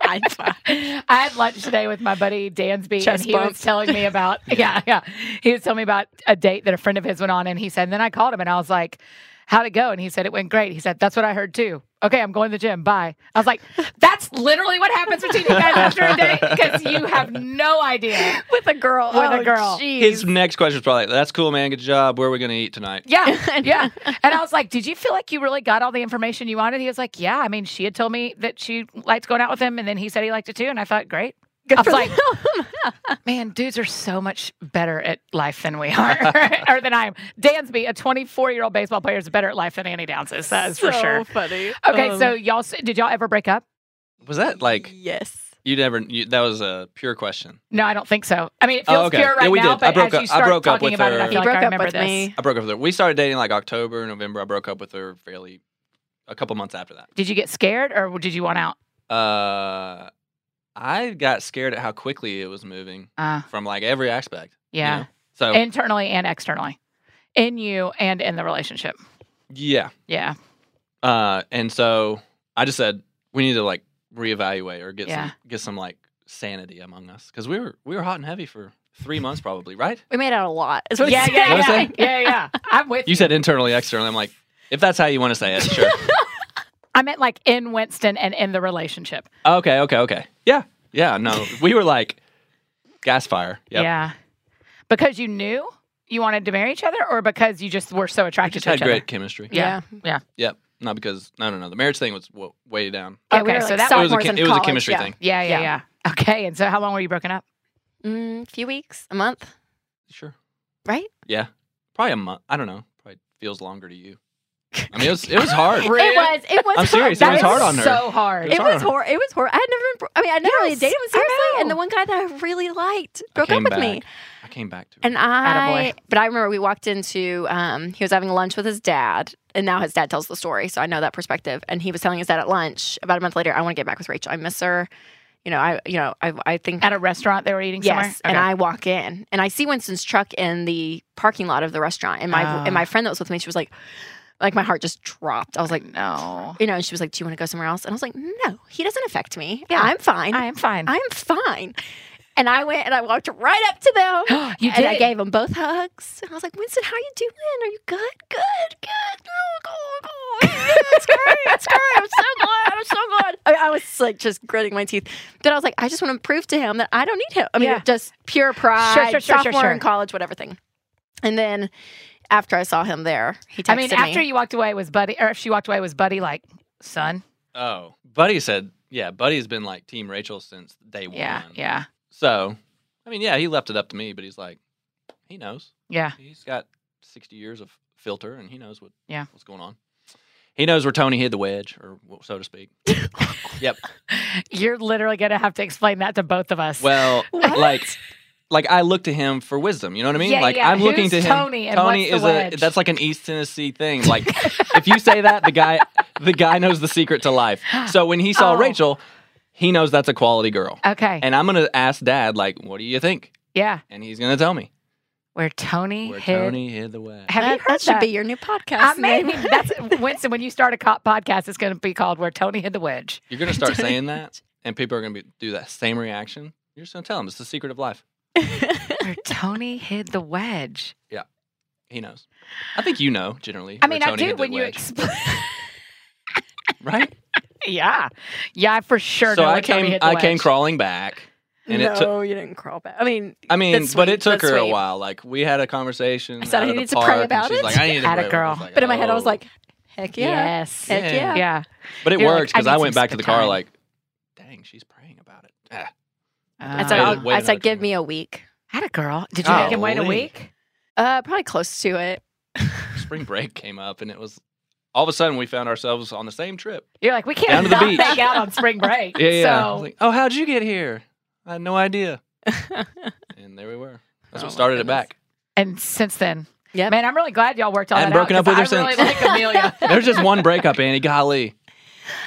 I I had lunch today with my buddy Dansby, and Chest he was bump. telling me about yeah, yeah. He was telling me about a date that a friend of his went on, and he said. And then I called him, and I was like, "How'd it go?" And he said, "It went great." He said, "That's what I heard too." Okay, I'm going to the gym. Bye. I was like, "That's literally what happens between you guys after a date because you have no idea." with a girl? With a girl. His next question was probably, "That's cool, man. Good job. Where are we gonna eat tonight?" Yeah, yeah. And I was like, "Did you feel like you really got all the information you wanted?" He was like, "Yeah." I mean, she had told me that she liked going out with him, and then he said he liked it too, and I thought, "Great." I was like, Man, dudes are so much better at life than we are, or than I am. Dansby, a 24 year old baseball player, is better at life than Annie Downs is. That is for sure. funny. Okay, um, so y'all, s- did y'all ever break up? Was that like yes. you never? You, that was a pure question. No, I don't think so. I mean, it Oh, feels okay. pure right Yeah, we now, did. I but broke as you up- I start broke up talking with about it, I her. feel He like broke I up remember with this. me. I broke up with her. We started dating like October, November. I broke up with her fairly a couple months after that. Did you get scared, or did you want out? Uh, I got scared at how quickly it was moving Uh, from like every aspect. you yeah, know? So internally and externally, in you and in the relationship. yeah. Yeah, Uh, and so I just said we need to like reevaluate or get Yeah. some get some like sanity among us because we were we were hot and heavy for three months probably, right? We made out a lot. Is yeah, what he yeah, said. What was yeah, yeah, that? yeah, I'm with You said internally, externally. I'm like, if that's how you want to say it, sure. I meant like in Winston and in the relationship. okay, okay, okay. Yeah, yeah. No, we were like gas fire. Yep. Yeah. Because you knew you wanted to marry each other, or because you just were so We attracted just to had each great other? chemistry. Yeah. Yep. Not because no, no, no. The marriage thing was w- way down. Yeah, we Okay, were, so like, that It was a sophomores chem- in it was a college, chemistry yeah. thing. Yeah, yeah, yeah. Yeah. Okay, and so how long were you broken up? Mm, few weeks, a month, Sure. right? Yeah. Probably a month. I don't know. Probably feels longer to you. I mean, it was it was hard. It was. It was. I'm hard. serious, it That was is hard on her. So hard. It It was hard was on hor. It was hor. I had never. been- I mean, I never really Yes, dated him I seriously, know. and the one guy that I really liked I broke up came with back. me. I came back to it. And I, Attaboy. but I remember we walked into, um, he was having lunch with his dad, and now his dad tells the story, so I know that perspective. And he was telling his dad at lunch about a month later, I want to get back with Rachel. I miss her. You know, I, you know, I, I think. At a restaurant they were eating somewhere? Yes, and Okay. I walk in and I see Winston's truck in the parking lot of the restaurant, and my Ah. and my friend that was with me, she was like, like my heart just dropped. I was like, no. you know, and she was like, "Do you want to go somewhere else?" And I was like, "No, he doesn't affect me. Yeah. I'm fine. I am fine. I'm fine." And I went and I walked right up to them. you and I did. gave them both hugs. And I was like, Winston, how you doing? Are you good? Good, good. Oh, go, go. Yeah, it's great. It's great. I'm so glad. I'm so glad. I, mean, I was like just gritting my teeth. But I was like, I just want to prove to him that I don't need him. I mean, Yeah. just pure pride, Sure, sure, sure, sure, sophomore sure. in college, whatever thing. And then after I saw him there, he texted I mean, after me. you walked away, was Buddy, or if she walked away, was Buddy like, son? oh, Buddy said, yeah, Buddy's been like Team Rachel since day one. Yeah, yeah, So, I mean, yeah, he left it up to me, but he's like, he knows. yeah. He's got 60 years of filter, and he knows what Yeah. what's going on. He knows where Tony hid the wedge, or wh- so to speak. yep. You're literally going to have to explain that to both of us. Well, What? like, like I look to him for wisdom. You know what I mean? Yeah, like yeah. I'm looking Who's to him. Tony and Tony what's is the wedge? a that's like an East Tennessee thing. Like if you say that, the guy the guy knows the secret to life. So when he saw Oh. Rachel, he knows that's a quality girl. okay. And I'm gonna ask Dad, like, what do you think? yeah. And he's gonna tell me Where Tony where hid. Tony hid the wedge. Have you that, heard that should that? be your new podcast. I mean, name. that's Winston. When you start a cop podcast, it's going to be called "Where Tony Hid the Wedge." You're gonna start Tony- saying that, and people are gonna be, do that same reaction. You're just gonna tell him it's the secret of life. Where Tony hid the wedge. He knows. I think you know generally. I where mean, I Tony do hid the when you wedge, explain. right. yeah, yeah, I for sure. so know I where Tony came, hid the I came wedge. crawling back, and it took. no, you didn't crawl back. I mean, I mean, That's but sweet. it took That's her a sweet. while. Like we had a conversation. I said out I at the needed to pray park, and about she's it. Like, I need to Atta pray about it. I was girl. like, but in my head, I was "Oh." like, heck yeah. Yes. Heck Yeah. yeah. Yeah. but it you're like, worked "I because need I some went back to the spare car time." like, dang, she's praying about it. Ah. I That's said, Wait- I'll- wait I another said, give 20 me a week. had a girl. Did you make him wait a Oh. Golly. week? Uh, probably close to it. Spring break came up, and it was all of a sudden we found ourselves on the same trip. You're like, we can't Down to the not beach. make out on spring break. Yeah, yeah. I was So like, oh, how'd you get here? I had no idea. And there we were. Oh my That's what started it goodness. back. and since then, Yep. man, I'm really glad y'all worked all I haven't that out. broken up 'cause with her I really since. like Amelia. There's just one breakup, Annie. Golly.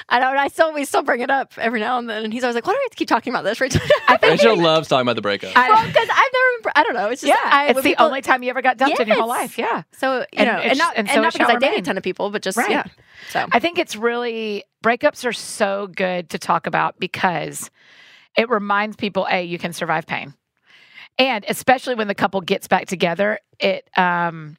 I don't. I still we still bring it up every now and then, and he's always like, "Why do I have to keep talking about this?" Rachel? I think Rachel loves talking about the breakup. I- because I've never. Been, I don't know. It's just yeah, I, it's when the people- only time you ever got dumped in your whole Yes. life. Yeah. So you and know, it's- and not and and, so not it shall because I dated remain. a ton of people, but just Right. yeah. So I think it's really breakups are so good to talk about because it reminds people a you can survive pain, and especially when the couple gets back together, it um,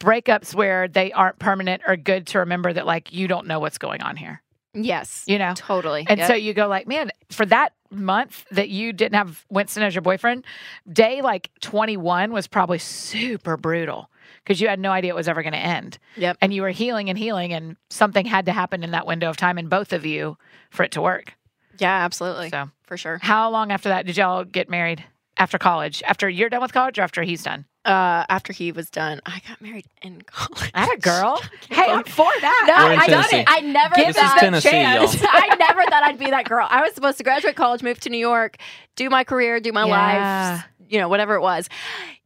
breakups where they aren't permanent are good to remember that like you don't know what's going on here, yes, you know. totally. And Yep. so you go like, man, for that month that you didn't have Winston as your boyfriend, day like 21 was probably super brutal because you had no idea it was ever going to end. Yep. And you were healing and healing and something had to happen in that window of time in both of you for it to work. yeah, absolutely, So, for sure. how long after that did y'all get married? After college? After you're done with college or after he's done? Uh, after he was done, I got married in college. I had a girl. hey, I'm for that. No, We're in I done Tennessee. it. I never This is thought Tennessee, chance. y'all. I never thought I'd be that girl. I was supposed to graduate college, move to New York, do my career, do my Yeah. life, you know, whatever it was.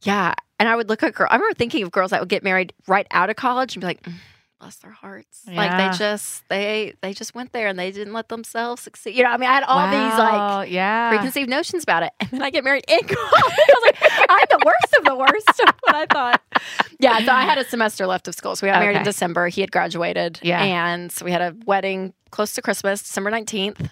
Yeah. And I would look at girl. I remember thinking of girls that would get married right out of college and be like, "Mm, bless their hearts. Like Yeah. they just they they just went there and they didn't let themselves succeed. You know, I mean, I had all these Wow, like yeah. preconceived notions about it. And then I get married in college. I was like, I'm the worst of the worst of what I thought. Yeah, so I had a semester left of school. So we got married Okay. in December. He had graduated. Yeah. And so we had a wedding close to Christmas, December 19th.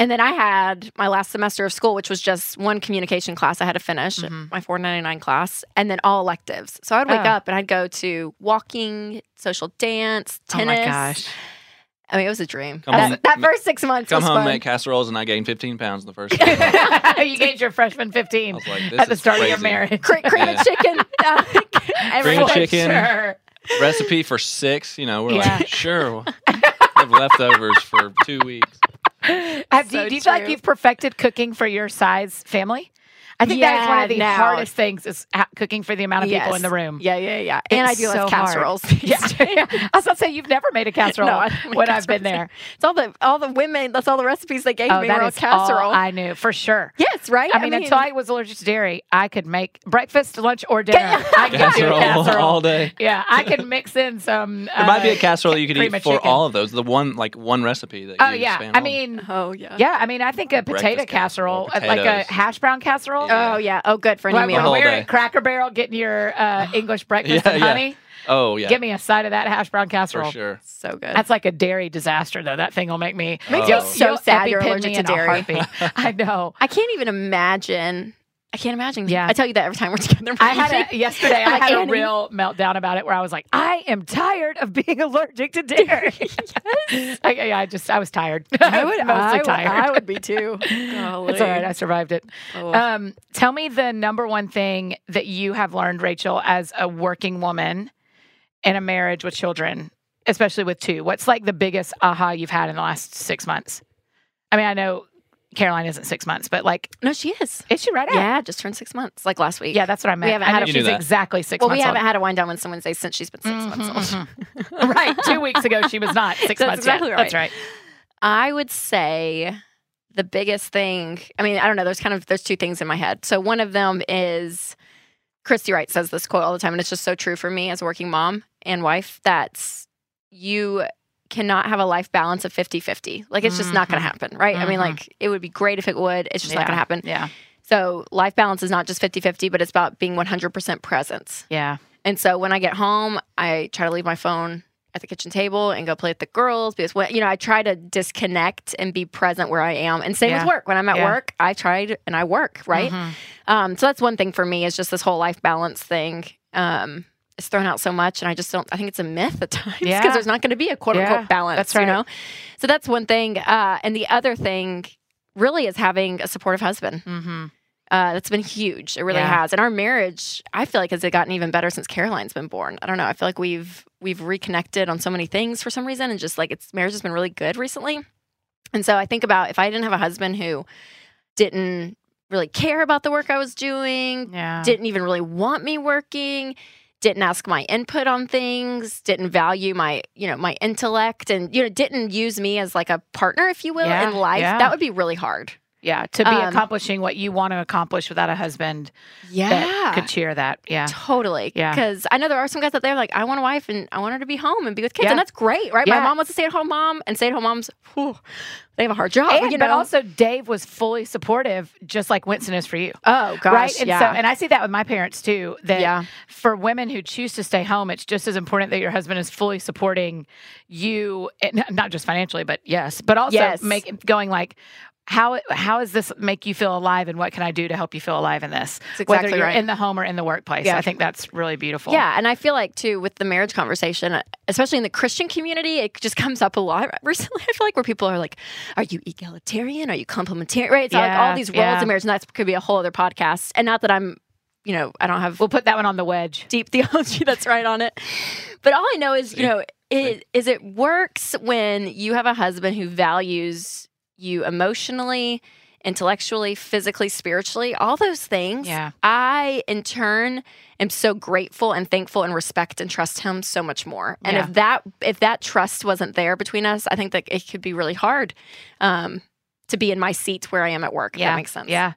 And then I had my last semester of school, which was just one communication class I had to finish, Mhm. my 499 class, and then all electives. So I'd wake Oh. up and I'd go to walking, social dance, oh tennis. my gosh. I mean, it was a dream. Come That- home- that ma- first six months Come was home, fun. make casseroles, and I gained 15 pounds in the first. six months. you gained your freshman I 15 was like, this at the is start crazy. of your marriage. Cra- cream Yeah. of chicken. uh, everything. Cream of chicken. Sure. Recipe for six. You know, we're Yeah. like, sure. We have leftovers for two weeks. Have, do, So do you feel like true. you've perfected cooking for your size family? I think that is one Yeah, of the now- hardest things is ha- cooking for the amount of people in Yes. the room. Yeah, yeah, yeah. And It's I do so love hard. casseroles. Yeah. I was about to say you've never made a casserole I don't make when I've been there. casseroles. It's all the all the women. That's all the recipes they gave Oh, me were that all is all casserole. I knew for sure. yes, right. I mean, until I was allergic to dairy, I could make breakfast, lunch, or dinner. I could do Casserole, a casserole. all day. Yeah, I could mix in some. uh, There might be a casserole you could cream eat of for chicken. all of those. The one like one recipe that. Oh you yeah, span I all. mean, oh yeah. yeah, I mean, I think a potato Breakfast casserole, casserole, uh, like a potatoes. hash brown casserole. Yeah. Oh yeah. Oh, good for any Like when meal. The meal. whole we're day. at Cracker Barrel getting your uh, English breakfast Yeah, and yeah. honey. oh yeah, Give me a side of that hash brown for casserole. sure. So good. That's like a dairy disaster, though. That thing will make me Makes me You'll- so you'll sad you're EpiPen me allergic to in a dairy. heartbeat. I know. I can't even imagine. I can't imagine. Yeah. I tell you that every time we're together. I had a, yesterday. I Like had a Annie. real meltdown about it, where I was like, "I am tired of being allergic to dairy." I, I- I just, I was tired. I was mostly I would, tired. I would be too. it's all right. I survived it. Oh. Um, tell me the number one thing that you have learned, Rachel, as a working woman in a marriage with children, especially with two. What's like the biggest aha you've had in the last six months? I mean, I know Caroline isn't six months, but like, no, she is. is she right out? Yeah, just turned six months, like last week. Yeah, that's what I meant. haven't I had know a- You she's knew that. exactly six well, we months haven't old. had a wind down Wednesday Wednesday since she's been 6 months old. Mhm, mhm. right. Two weeks ago, she was not six That's months. exactly yet. right. That's right. I would say the biggest thing, I mean, I don't know, there's kind of there's two things in my head. So one of them is Christy Wright says this quote all the time and it's just so true for me as a working mom and wife that's you cannot have a life balance of 50-50. Like it's just not going Mhm. to happen, right? I mean, Mhm. like it would be great if it would. It's just not going to happen. Yeah. So life balance is not just 50-50, but it's about being 100% presence. Yeah. And so when I get home, I try to leave my phone at the kitchen table and go play with the girls because when, you know I try to disconnect and be present where I am. And same Yeah. with work. When I'm at Yeah. work, I tried and I work right. Mhm. Um, so that's one thing for me is just this whole life balance thing. Um, it's thrown out so much, and I just don't. I think it's a myth at times because Yeah. there's not going to be a quote Yeah, unquote balance. that's You right. know, so that's one thing. Uh, and the other thing really is having a supportive husband. Mhm. Uh, that's been huge. It really Yeah. has. And our marriage, I feel like, has it gotten even better since Caroline's been born. I don't know. I feel like we've we've reconnected on so many things for some reason, and just like it's marriage has been really good recently. And so I think about if I didn't have a husband who didn't really care about the work I was doing, Yeah. didn't even really want me working didn't ask my input on things didn't value my you know my intellect and you know didn't use me as like a partner if you will Yeah, in life yeah. that would be really hard yeah. To be Um, accomplishing what you want to accomplish without a husband yeah that could cheer that. Yeah. Totally. Yeah. Because I know there are some guys out there like, I want a wife and I want her to be home and be with kids. Yeah. And that's great, right? Yeah. My mom was a stay at home mom, and stay at home moms, whew, they have a hard job. And, you know? but also Dave was fully supportive, just like Winston is for you. oh, gosh. right. And yeah. so and I see that with my parents too. That yeah. for women who choose to stay home, it's just as important that your husband is fully supporting you and not just financially, but yes, but also Yes. make going like how how does this make you feel alive and what can I do to help you feel alive in this? That's exactly Whether you're right. in the home or in the workplace. Yeah. I think that's really beautiful. Yeah, and I feel like too with the marriage conversation, especially in the Christian community, it just comes up a lot recently. I feel like where people are like, "Are you egalitarian? Are you complementarian?" Right? It's like Yeah, all these roles yeah. in marriage, and that could be a whole other podcast. And not that I'm, you know, I don't have We'll put that one on the wedge. deep theology that's right on it. But all I know is, you know, it is it works when you have a husband who values you emotionally, intellectually, physically, spiritually, all those things. Yeah. I in turn am so grateful and thankful and respect and trust him so much more. And Yeah. if that if that trust wasn't there between us, I think that it could be really hard um to be in my seat where I am at work. If Yeah. that makes sense. Yeah.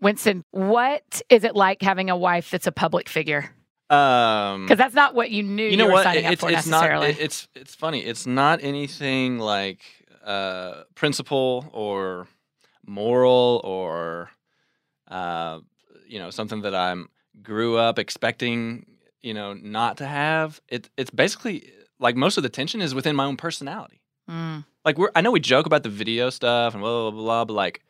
Winston, what is it like having a wife that's a public figure? Um, Because that's not what you knew you, you know were what? signing up it's for it's not. necessarily. it- it's it's funny. It's not anything like uh, principle or moral or uh, you know something that I'm grew up expecting you know not to have. It it's basically like most of the tension is within my own personality. Mm. Like we're I know we joke about the video stuff and blah blah blah, blah but like.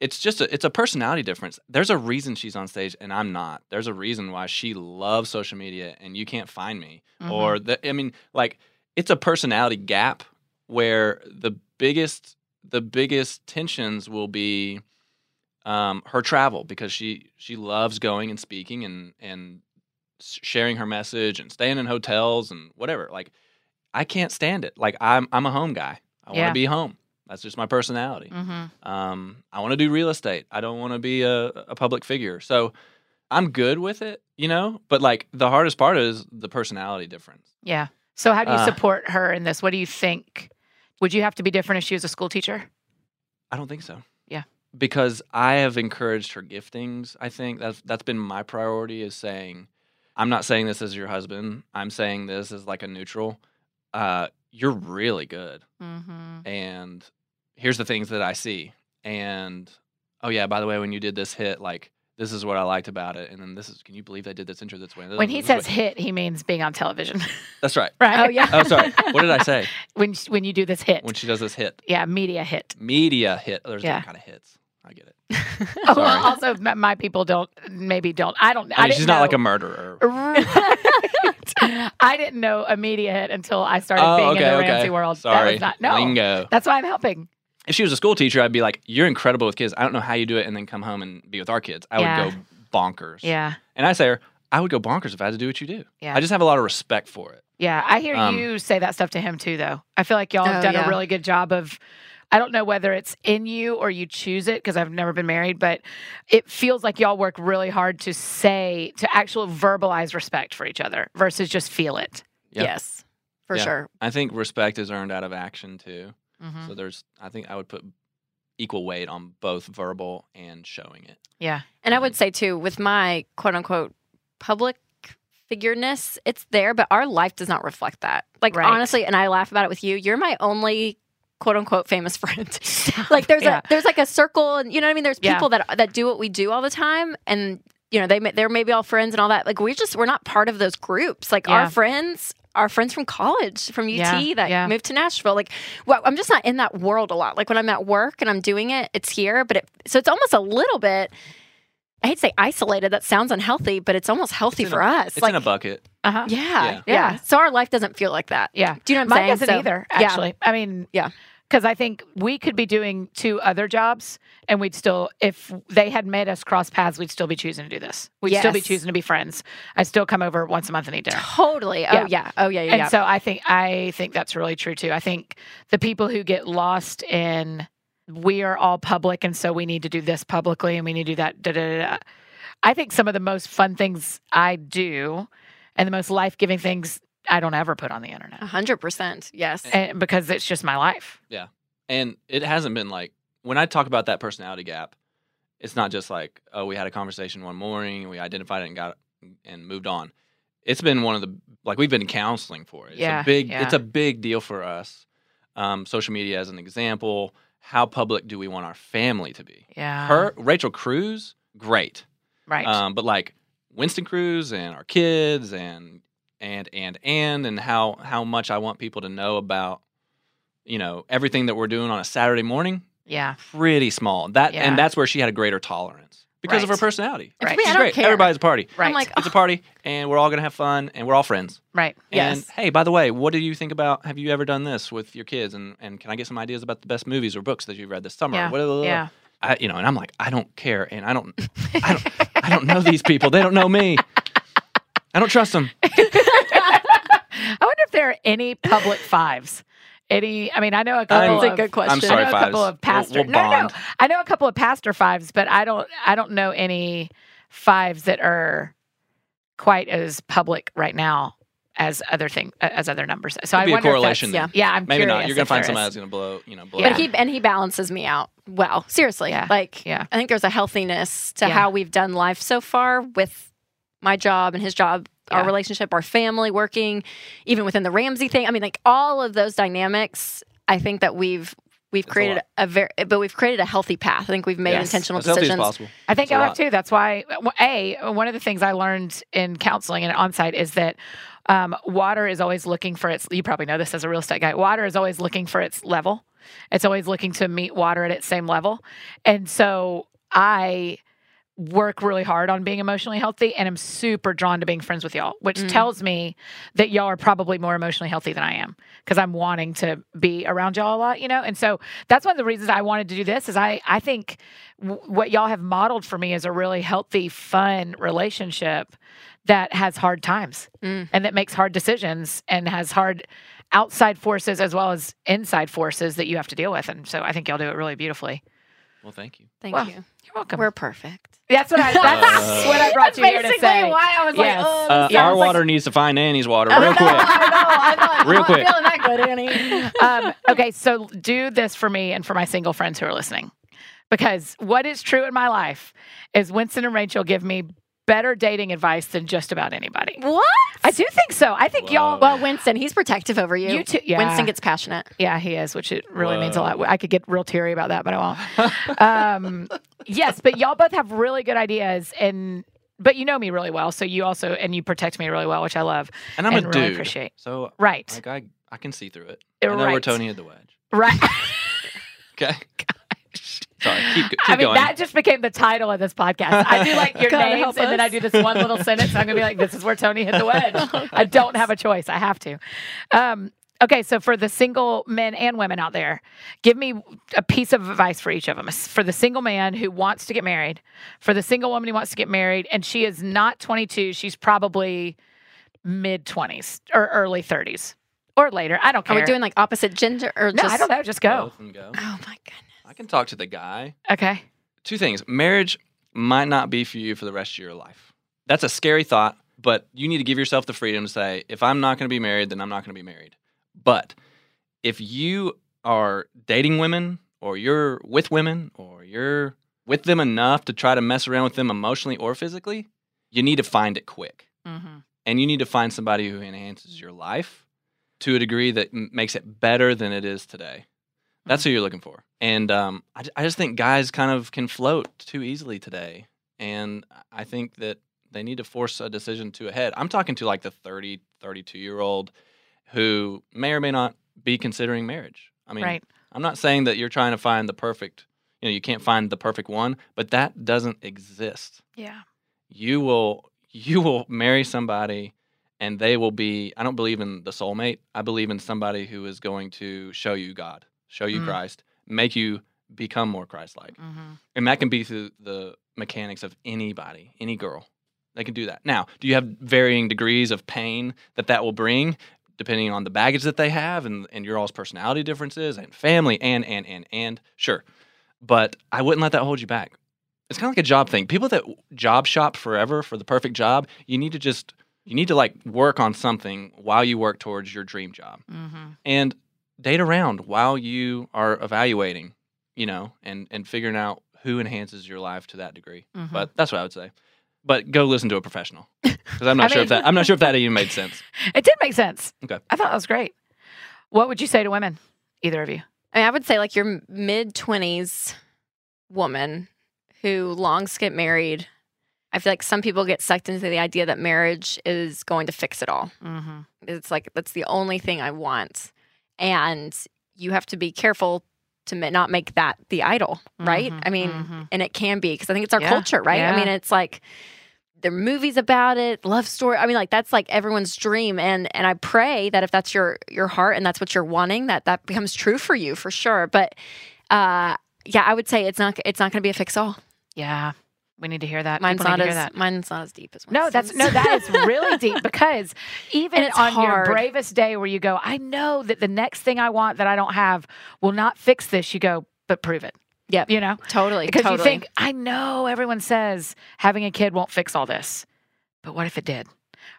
It's just a, it's a personality difference. There's a reason she's on stage and I'm not. There's a reason why she loves social media and you can't find me Mhm. or the, I mean, like it's a personality gap where the biggest the biggest tensions will be um, her travel because she she loves going and speaking and and s- sharing her message and staying in hotels and whatever. Like I can't stand it. Like I'm I'm a home guy. I want to Yeah. be home. That's just my personality. hmm Um, I want to do real estate. I don't want to be a, a public figure. So I'm good with it, you know. But like the hardest part is the personality difference. Yeah. So how do you Uh, support her in this? What do you think? Would you have to be different if she was a school teacher? I don't think so. Yeah. Because I have encouraged her giftings. I think that's that's been my priority is saying, I'm not saying this as your husband. I'm saying this as like a neutral. Uh, you're really good. Mm-hmm. and here's the things that I see. And oh yeah, by the way, when you did this hit, like this is what I liked about it. And then this is can you believe they did this intro this way? When he This is says hit, he means being on television, what- that's right. right? Oh, yeah. Oh sorry, what did I say? when sh- when you do this hit, When she does this hit, yeah, media hit. media hit. There's Yeah. different kind of hits. I get it. Oh, Sorry. well, also m- my people don't maybe don't. I don't. I, I mean, didn't she's not like know. a murderer. Right. I didn't know a media hit until I started oh being okay, in the okay. Ramsey world. That Sorry, was not, no, lingo. that's why I'm helping. If she was a school teacher, I'd be like, "You're incredible with kids. I don't know how you do it." And then come home and be with our kids. I Yeah. would go bonkers. Yeah, And I say, to her, "I would go bonkers if I had to do what you do." Yeah. I just have a lot of respect for it. yeah. I hear Um, you say that stuff to him too, though. I feel like y'all have Oh, done yeah. a really good job of. I don't know whether it's in you or you choose it because I've never been married, but it feels like y'all work really hard to say to actually verbalize respect for each other versus just feel it. Yeah. Yes, for Yeah. sure. I think respect is earned out of action too. Mm-hmm. So there's, I think I would put equal weight on both verbal and showing it. Yeah. And I would say too, with my quote unquote public figureness, it's there, but our life does not reflect that. Like Right. honestly, and I laugh about it with you. You're my only quote unquote famous friend. like there's Yeah. a there's like a circle, and you know what I mean. There's Yeah. people that that do what we do all the time, and you know they may- they're maybe all friends and all that. Like we just we're not part of those groups. Like Yeah. our friends. Our friends from college, from UT, Yeah, that yeah. moved to Nashville, like well, I'm just not in that world a lot. Like when I'm at work and I'm doing it, it's here, but it, so it's almost a little bit. I hate to say isolated. That sounds unhealthy, but it's almost healthy It's in for a- us. It's like, in a bucket. Uh huh. yeah, Yeah. yeah, Yeah. So our life doesn't feel like that. Yeah. Do you know what I'm Mine saying? doesn't So- either, yeah. actually. I mean, Yeah. Because I think we could be doing two other jobs and we'd still, if they had made us cross paths, we'd still be choosing to do this. We'd still be Yes. choosing to be friends. I still come over once a month and eat dinner. Totally. Yeah. Oh yeah. Oh yeah. Yeah. And yeah. so I think I think that's really true too. I think the people who get lost in we are all public and so we need to do this publicly and we need to do that da da da. da. I think some of the most fun things I do and the most life-giving things I don't ever put on the internet. A hundred percent. Yes. and because it's just my life. And it hasn't been like, when I talk about that personality gap, it's not just like, oh, we had a conversation one morning and we identified it and got and moved on. It's been one of the, like, we've been in counseling for it. It's Yeah, a big, yeah. it's a big deal for us. Um, social media as an example, how public do we want our family to be? Yeah. Her, Rachel Cruz, great. Right. Um, but like Winston Cruz and our kids and and and and and how how much I want people to know about you know everything that we're doing on a Saturday morning yeah. pretty small that Yeah. and that's where she had a greater tolerance because of her Right. personality And for Right. me, she's I don't great care. everybody's a party Right. I'm like, it's a party and we're all gonna have fun and we're all friends right. and Yes. hey by the way what do you think about have you ever done this with your kids and and can I get some ideas about the best movies or books that you've read this summer uh, Yeah. Blah, blah, blah, blah. Yeah. I, you know, and I'm like, I don't care, and I don't, I don't, I don't know these people. They don't know me. I don't trust them. I wonder if there are any public fives. Any, I mean, I know a couple. That's a of, good question. I'm sorry, I know a couple fives. of pastor. We'll- we'll no, no, no, bond. I know a couple of pastor fives, but I don't. I don't know any fives that are quite as public right now as other thing as other numbers. So I Could be a wonder correlation. If there. yeah. that's, yeah, I'm Maybe curious not. You're gonna if find there somebody is. that's gonna blow. You know, blow. But up. he and he balances me out well. Seriously, Yeah. like Yeah. I think there's a healthiness to Yeah. how we've done life so far with my job and his job, Yeah. our relationship, our family working, even within the Ramsey thing. I mean, like all of those dynamics. I think that we've we've It's a created lot. a, very, but we've created a healthy path. I think we've made Yes. intentional as healthy as decisions. possible. I think It's a I have lot. too. That's why well, a one of the things I learned in counseling and on site is that um, water is always looking for its. You probably know this as a real estate guy. Water is always looking for its level. It's always looking to meet water at its same level, and so I work really hard on being emotionally healthy and am super drawn to being friends with y'all, which Mm. tells me that y'all are probably more emotionally healthy than I am because I'm wanting to be around y'all a lot, you know? And so that's one of the reasons I wanted to do this is I I think w- what y'all have modeled for me is a really healthy, fun relationship that has hard times Mm. and that makes hard decisions and has hard outside forces as well as inside forces that you have to deal with. And so I think y'all do it really beautifully. Well, thank you. Thank Well, you. You're welcome. We're perfect. That's what I. That's Uh, what I brought That's you here to basically say. why I was Yes. like, oh, Uh, this sounds our like- water needs to find Annie's water Oh. real quick. Real I'm quick. feeling that good, Annie. um, okay, so do this for me and for my single friends who are listening, because what is true in my life is Winston and Rachel give me better dating advice than just about anybody. What? I do think so. I think y'all. Whoa. Well, Well, Winston, he's protective over you. you too. Yeah. Winston gets passionate. Yeah, he is, which it really means a Whoa. lot. I could get real teary about that, but I won't. um, yes, but y'all both have really good ideas, and but you know me really well, so you also and you protect me really well, which I love And I'm and a really dude, appreciate. so Right, like I, I can see through it. right, I know where Tony had the wedge. right. Okay. Sorry. Keep, keep I mean, going. that just became the title of this podcast. I do like your God names, help and then us. I do this one little sentence. And I'm gonna be like, "This is where Tony hit the wedge." I don't have a choice. I have to. Um, okay, so for the single men and women out there, give me a piece of advice for each of them. For the single man who wants to get married, for the single woman who wants to get married, and she is not 22; she's probably mid 20s or early 30s or later. I don't Are care. we doing like opposite gender or No, just? I don't know. Just go. Both and go. Oh my goodness. I can talk to the guy. Okay. Two things. Marriage might not be for you for the rest of your life. That's a scary thought, but you need to give yourself the freedom to say, if I'm not going to be married, then I'm not going to be married. But if you are dating women or you're with women or you're with them enough to try to mess around with them emotionally or physically, you need to find it quick. Mm-hmm. and you need to find somebody who enhances your life to a degree that m- makes it better than it is today. That's who you're looking for. And um, I, ju- I just think guys kind of can float too easily today. And I think that they need to force a decision to a head. I'm talking to like the 30, 32 year old who may or may not be considering marriage. I mean, right. I'm not saying that you're trying to find the perfect, you know, you can't find the perfect one, but that doesn't exist Yeah. you will you will marry somebody and they will be i don't believe in the soulmate i believe in somebody who is going to show you god show you Mm. christ make you become more christ-like Mm-hmm. and that can be through the mechanics of anybody any girl they can do that now do you have varying degrees of pain that that will bring depending on the baggage that they have and, and your all's personality differences and family and and and and sure but i wouldn't let that hold you back it's kind of like a job thing people that job shop forever for the perfect job you need to just you need to like work on something while you work towards your dream job Mm-hmm. and date around while you are evaluating, you know, and and figuring out who enhances your life to that degree. Mhm. But that's what I would say. But go listen to a professional because I'm not I sure mean- if that I'm not sure if that even made sense. It did make sense. Okay. I thought that was great. What would you say to women, either of you? I mean, I would say like your mid twenties woman who longs to get married. I feel like some people get sucked into the idea that marriage is going to fix it all. Mm-hmm. It's like that's the only thing I want, and you have to be careful to ma- not make that the idol, right? I mean, and it can be because I think it's our Yeah, culture, right? yeah. I mean, it's like there are movies about it, love story. I mean, like that's like everyone's dream, and and I pray that if that's your your heart and that's what you're wanting, that that becomes true for you for sure. But uh, yeah, I would say it's not it's not going to be a fix all. yeah, we need to hear that. Mine's People need to not hear as that. mine's not as deep as No, that's no, that is really deep because even And it's on hard. your bravest day where you go, I know that the next thing I want that I don't have will not fix this. You go, but prove it. Yep. You know, totally because totally. you think I know everyone says having a kid won't fix all this, but what if it did?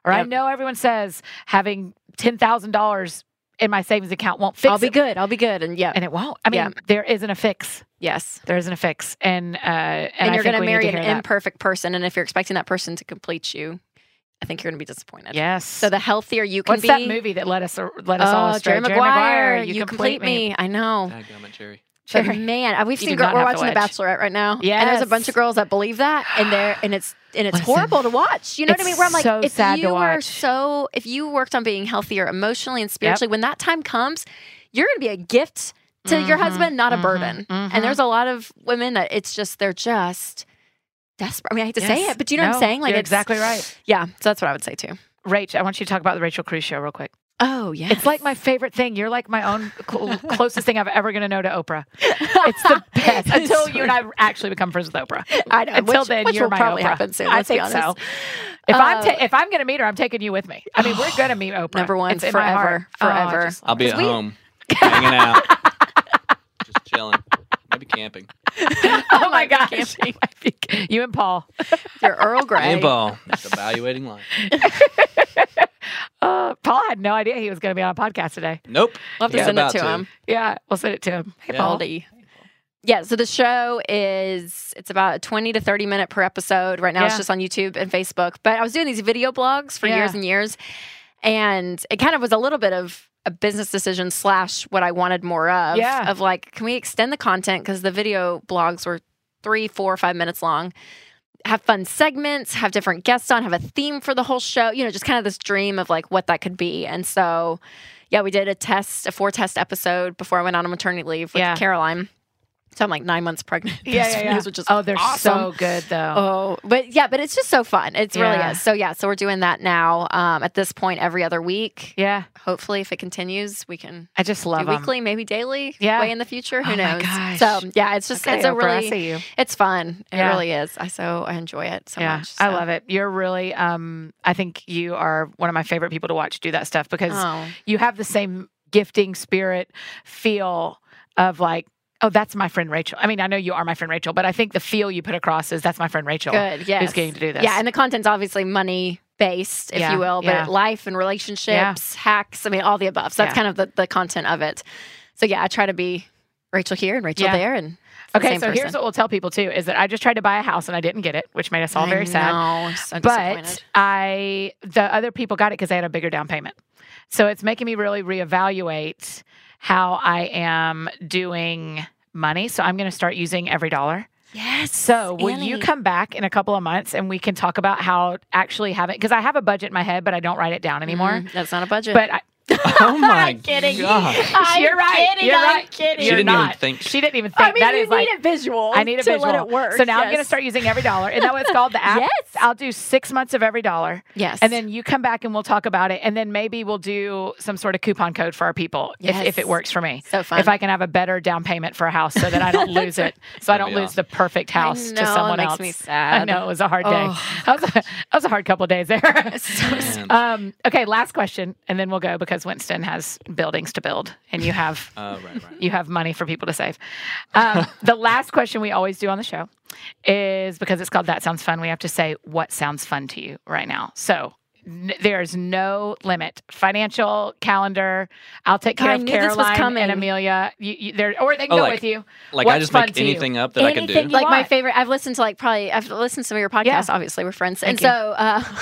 Or I Yep. know everyone says having ten thousand dollars in my savings account won't fix I'll be it. good. I'll be good, and yeah, and it won't. I mean, Yeah. there isn't a fix. yes. There isn't a fix, and uh, and, And, I you're think going to we need marry to an hear that. imperfect person, and if you're expecting that person to complete you, I think you're going to be disappointed. Yes. So the healthier you can what's be, that movie that let us let us all Oh, astray? Jerry Maguire, you, complete, me. I know. Dadgummit, Jerry. But Jerry. man, I- we've You seen do not girl, we're have to watching The watch. Bachelorette right now, and there's a Yes. bunch of girls that believe that, and they're and it's and it's horrible to watch. You know what I It's mean? Where I'm like, so if sad to you are watch. so, if you worked on being healthier emotionally and spiritually, when that time comes, you're going to be a gift to your Mhm, husband, not a mhm, burden. mhm. And there's a lot of women that it's just they're just desperate. I mean, I hate to say Mm-hmm. Yes. it, but do you know what No, I'm saying? Like, you're it's, exactly right. Yeah. So that's what I would say too. Rach, I want you to talk about the Rachel Cruz show real quick. Oh yeah. It's like my favorite thing. You're like my own cl- closest thing I'm ever going to know to Oprah. It's the best until you and I actually become friends with Oprah. I know. Until which, then, which you're will my probably Oprah. happen soon. I let's be think honest. so. If I'm Uh, ta- if I'm going to meet her, I'm taking you with me. I mean, we're going to meet Oprah. Number one, It's in my heart. forever, Oh, I forever. just love I'll be it. at home, hanging out, just chilling, maybe camping. Oh my gosh. you and Paul. Your Earl Grey. Me and Paul, just evaluating life. Uh, Paul had no idea he was going to be on a podcast today. Nope. Love to He's send it about to him. Yeah, we'll send it to him. Hey, Yeah. Paul. Baldy. Yeah, so the show is it's about 20 to 30 minute per episode. Right now it's Yeah. just on YouTube and Facebook. But I was doing these video blogs for Yeah. years and years. And it kind of was a little bit of a business decision slash what I wanted more of. Yeah. Of like, can we extend the content? Because the video blogs were three, four, five minutes long. Have fun segments, have different guests on, have a theme for the whole show, you know, just kind of this dream of like what that could be. And so yeah, we did a test, a four test episode before I went on a maternity leave with Yeah. Caroline. So I'm like nine months pregnant. Yeah, yeah, yeah. Which is Oh, they're so awesome. good though. Oh, but yeah, but it's just so fun. It's Yeah. really is. So yeah, so we're doing that now. Um, at this point, every other week. Yeah, Hopefully, if it continues, we can I just love do them. weekly, maybe daily. Yeah. way in the future. Who Oh my knows? gosh. So yeah, it's just Okay, it's a Oprah, I really see you. it's fun. It Yeah. really is. I so I enjoy it so yeah, much. I love it. You're really, um, I think you are one of my favorite people to watch do that stuff because Oh, you have the same gifting spirit feel of like, oh, that's my friend Rachel. I mean, I know you are my friend Rachel, but I think the feel you put across is that's my friend Rachel. good. Yes. Who's getting to do this? Yeah, and the content's obviously money based, if Yeah, you will, but yeah. life and relationships, hacks, I mean, all the above. So that's Yeah. kind of the, the content of it. So yeah, I try to be Rachel here and Rachel Yeah. there and it's the okay, same so person. here's what we'll tell people too is that I just tried to buy a house and I didn't get it, which made us all I very sad. know, I'm so but disappointed. I the other people got it because they had a bigger down payment. So it's making me really reevaluate how I am doing money. So I'm going to start using every dollar. Yes. So will you Annie. come back in a couple of months and we can talk about how actually having because I have a budget in my head, but I don't write it down anymore. Mhm, That's not a budget. But I, Oh my kidding. god. I'm you're right. kidding, you're I'm right. kidding. She You're didn't not. even think. She didn't even think. I mean, That you is need like a visual. I need a to visual. let it work. So now I'm Yes. going to start using every dollar. And now it's called the app. Yes. I'll do six months of every dollar. Yes. And then you come back and we'll talk about it. And then maybe we'll do some sort of coupon code for our people if, if Yes. it works for me. So fun. If I can have a better down payment for a house so that I don't lose it, so I That'd don't be lose the perfect house I to know, someone it makes else. me sad. I know it was a hard day. Oh. That, was a, that was a hard couple of days there. Man. um, okay, last question, and then we'll go because Winston has buildings to build, and you have Oh, right, right. you have money for people to save. Um, the last question we always do on the show is because it's called That Sounds Fun, we have to say what sounds fun to you right now. So n- there's no limit financial calendar. I'll take God, care I of knew this was Caroline coming. and Amelia. You, you, there, or they can Oh, go like- with you. Like I What's just fun make to you? anything up that I can Anything do. you like my want. favorite i've listened to like probably i've listened to some of your podcasts Yeah. obviously we're friends Thank and you. so uh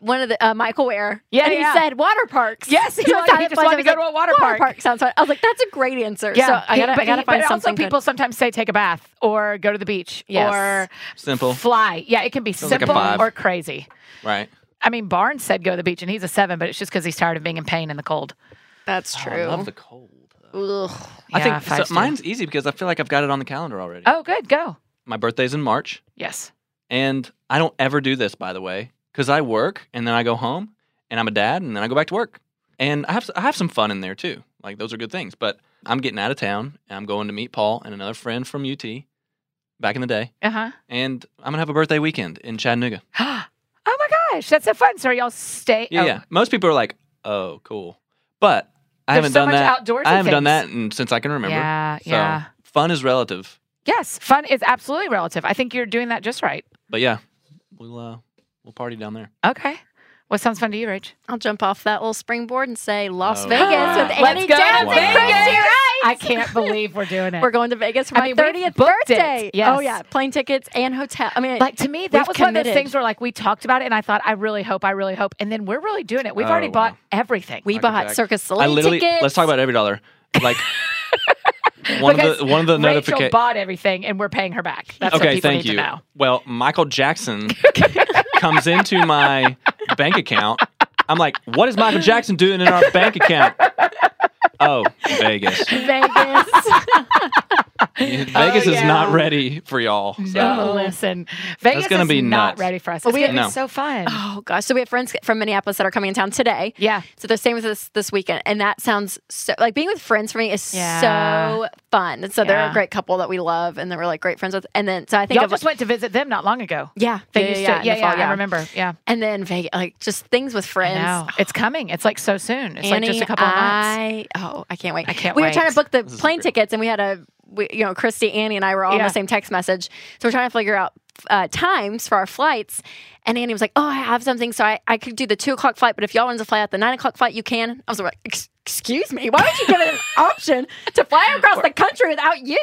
one of the uh, michael ware Yeah, and he yeah. said water parks Yes, he So wanted- I thought he it just was- I wanted to was go like, to a water park." sounds fun i was like that's a great answer so i he- gotta, I but gotta he- find but something also people sometimes say take a bath or go to the beach Yes. or Simple. fly. Yeah, it can be Sounds like a simple five. or crazy. Right. I mean, Barnes said go to the beach, and he's a seven, but it's just because he's tired of being in pain in the cold. good. that's Oh, true I love the cold. though. Ugh. I Yeah, think so fives do. mine's easy because I feel like I've got it on the calendar already. Oh, good. Go. My birthday's in March, Yes. and I don't ever do this, by the way, because I work and then I go home, and I'm a dad, and then I go back to work, and I have s- I have some fun in there too. Like those are good things. But I'm getting out of town, and I'm going to meet Paul and another friend from UT, back in the day, Uh and I'm gonna have a birthday weekend in Chattanooga. huh. oh my gosh, that's so fun. So are y'all stay. Yeah, oh, yeah. Most people are like, "Oh, cool," but I There's haven't so much done that. outdoorsy I haven't done that things. in, since I can remember. Yeah. So yeah. fun is relative, Yes. Fun is absolutely relative. I think you're doing that just right. but yeah, we'll uh, we'll party down there. Okay. What sounds fun to you, Rach? i'll jump off that little springboard and say las Oh, vegas yeah. with Let's annie go to downs and Vegas. christy Rice. I can't believe we're doing it. we're going to vegas for I my mean, we've 30th booked it. birthday Yes. oh yeah plane tickets and hotel i mean like to me, that We've was one of those committed. things where like we talked about it, and I thought, I really hope, I really hope, and then we're really doing it. We've Oh, already wow. bought everything. we Michael bought Jackson. circus I Soleil literally tickets let's talk about every dollar. Like one of Because the one of the Rachel notifications. bought everything, and we're paying her back. That's what okay, people thank need you. to know. Well, Michael Jackson comes into my bank account. I'm like, what is Michael Jackson doing in our bank account? Oh, Vegas. vegas Vegas Oh, is yeah. not ready for y'all. So. No, listen. Vegas gonna is be not nuts. ready for us. Well, we, It's gonna- No. It's so fun. Oh gosh. So we have friends from Minneapolis that are coming in town today. yeah. So they're staying with us this weekend. And that sounds so like being with friends for me is Yeah. so fun. And so they're Yeah. a great couple that we love and that we're like great friends with. And then so I think Y'all of just went to visit them not long ago. yeah, They yeah, used yeah, to, in yeah, the fall, yeah, I remember. Yeah. And then Vegas, like just things with I friends. know. It's coming. It's like so soon. It's like Annie, just a couple of months. I, Oh, I can't wait. I can't we wait. were trying to book the This is plane great. tickets and we had a, we, you know, Christy, Annie, and I were all on Yeah. the same text message. So we're trying to figure out uh, times for our flights. And Annie was like, oh, I have something. So I, I could do the two o'clock flight, but if y'all want to fly out the nine o'clock flight, you can. I was like, "Ex- excuse me, why would you give it an option to fly across the country without you?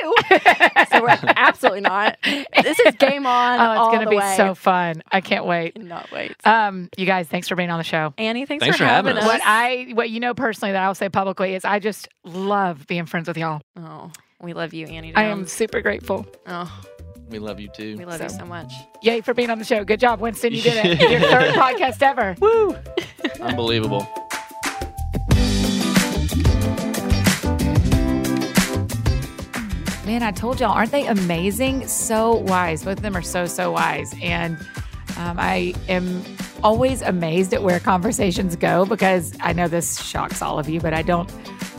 so we're like, absolutely not. This is game on. Oh, it's all going the to be way. so fun. I can't wait. Cannot wait. Um, you guys, thanks for being on the show. Annie, thanks, thanks for, for having having us. us. What I, what you know personally that I'll say publicly is I just love being friends with y'all. oh, we love you, Annie. I Durham. am super grateful. Oh, We love you too. we love you so much. Yay for being on the show. Good job, Winston. You did it. Your third podcast ever. Woo. Unbelievable. Man, I told y'all, aren't they amazing? So wise. Both of them are so, so wise. And um, I am always amazed at where conversations go because I know this shocks all of you, but I don't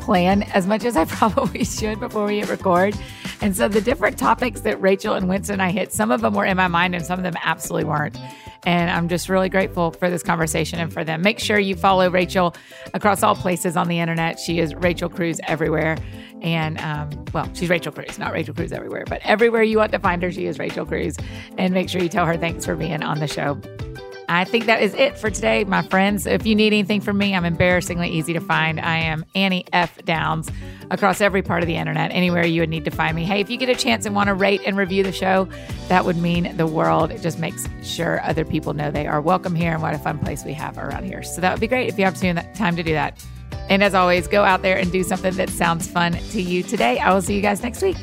plan as much as I probably should before we hit record. And so the different topics that Rachel and Winston and I hit, some of them were in my mind and some of them absolutely weren't. And I'm just really grateful for this conversation and for them. Make sure you follow Rachel across all places on the internet. She is Rachel Cruz everywhere. And um, well, she's Rachel Cruz, not Rachel Cruz everywhere, but everywhere you want to find her, she is Rachel Cruz. And make sure you tell her thanks for being on the show. I think that is it for today, my friends. If you need anything from me, I'm embarrassingly easy to find. I am Annie F. Downs across every part of the internet, anywhere you would need to find me. Hey, if you get a chance and want to rate and review the show, that would mean the world. It just makes sure other people know they are welcome here and what a fun place we have around here. So that would be great if you have soon- time to do that. And as always, go out there and do something that sounds fun to you today. I will see you guys next week.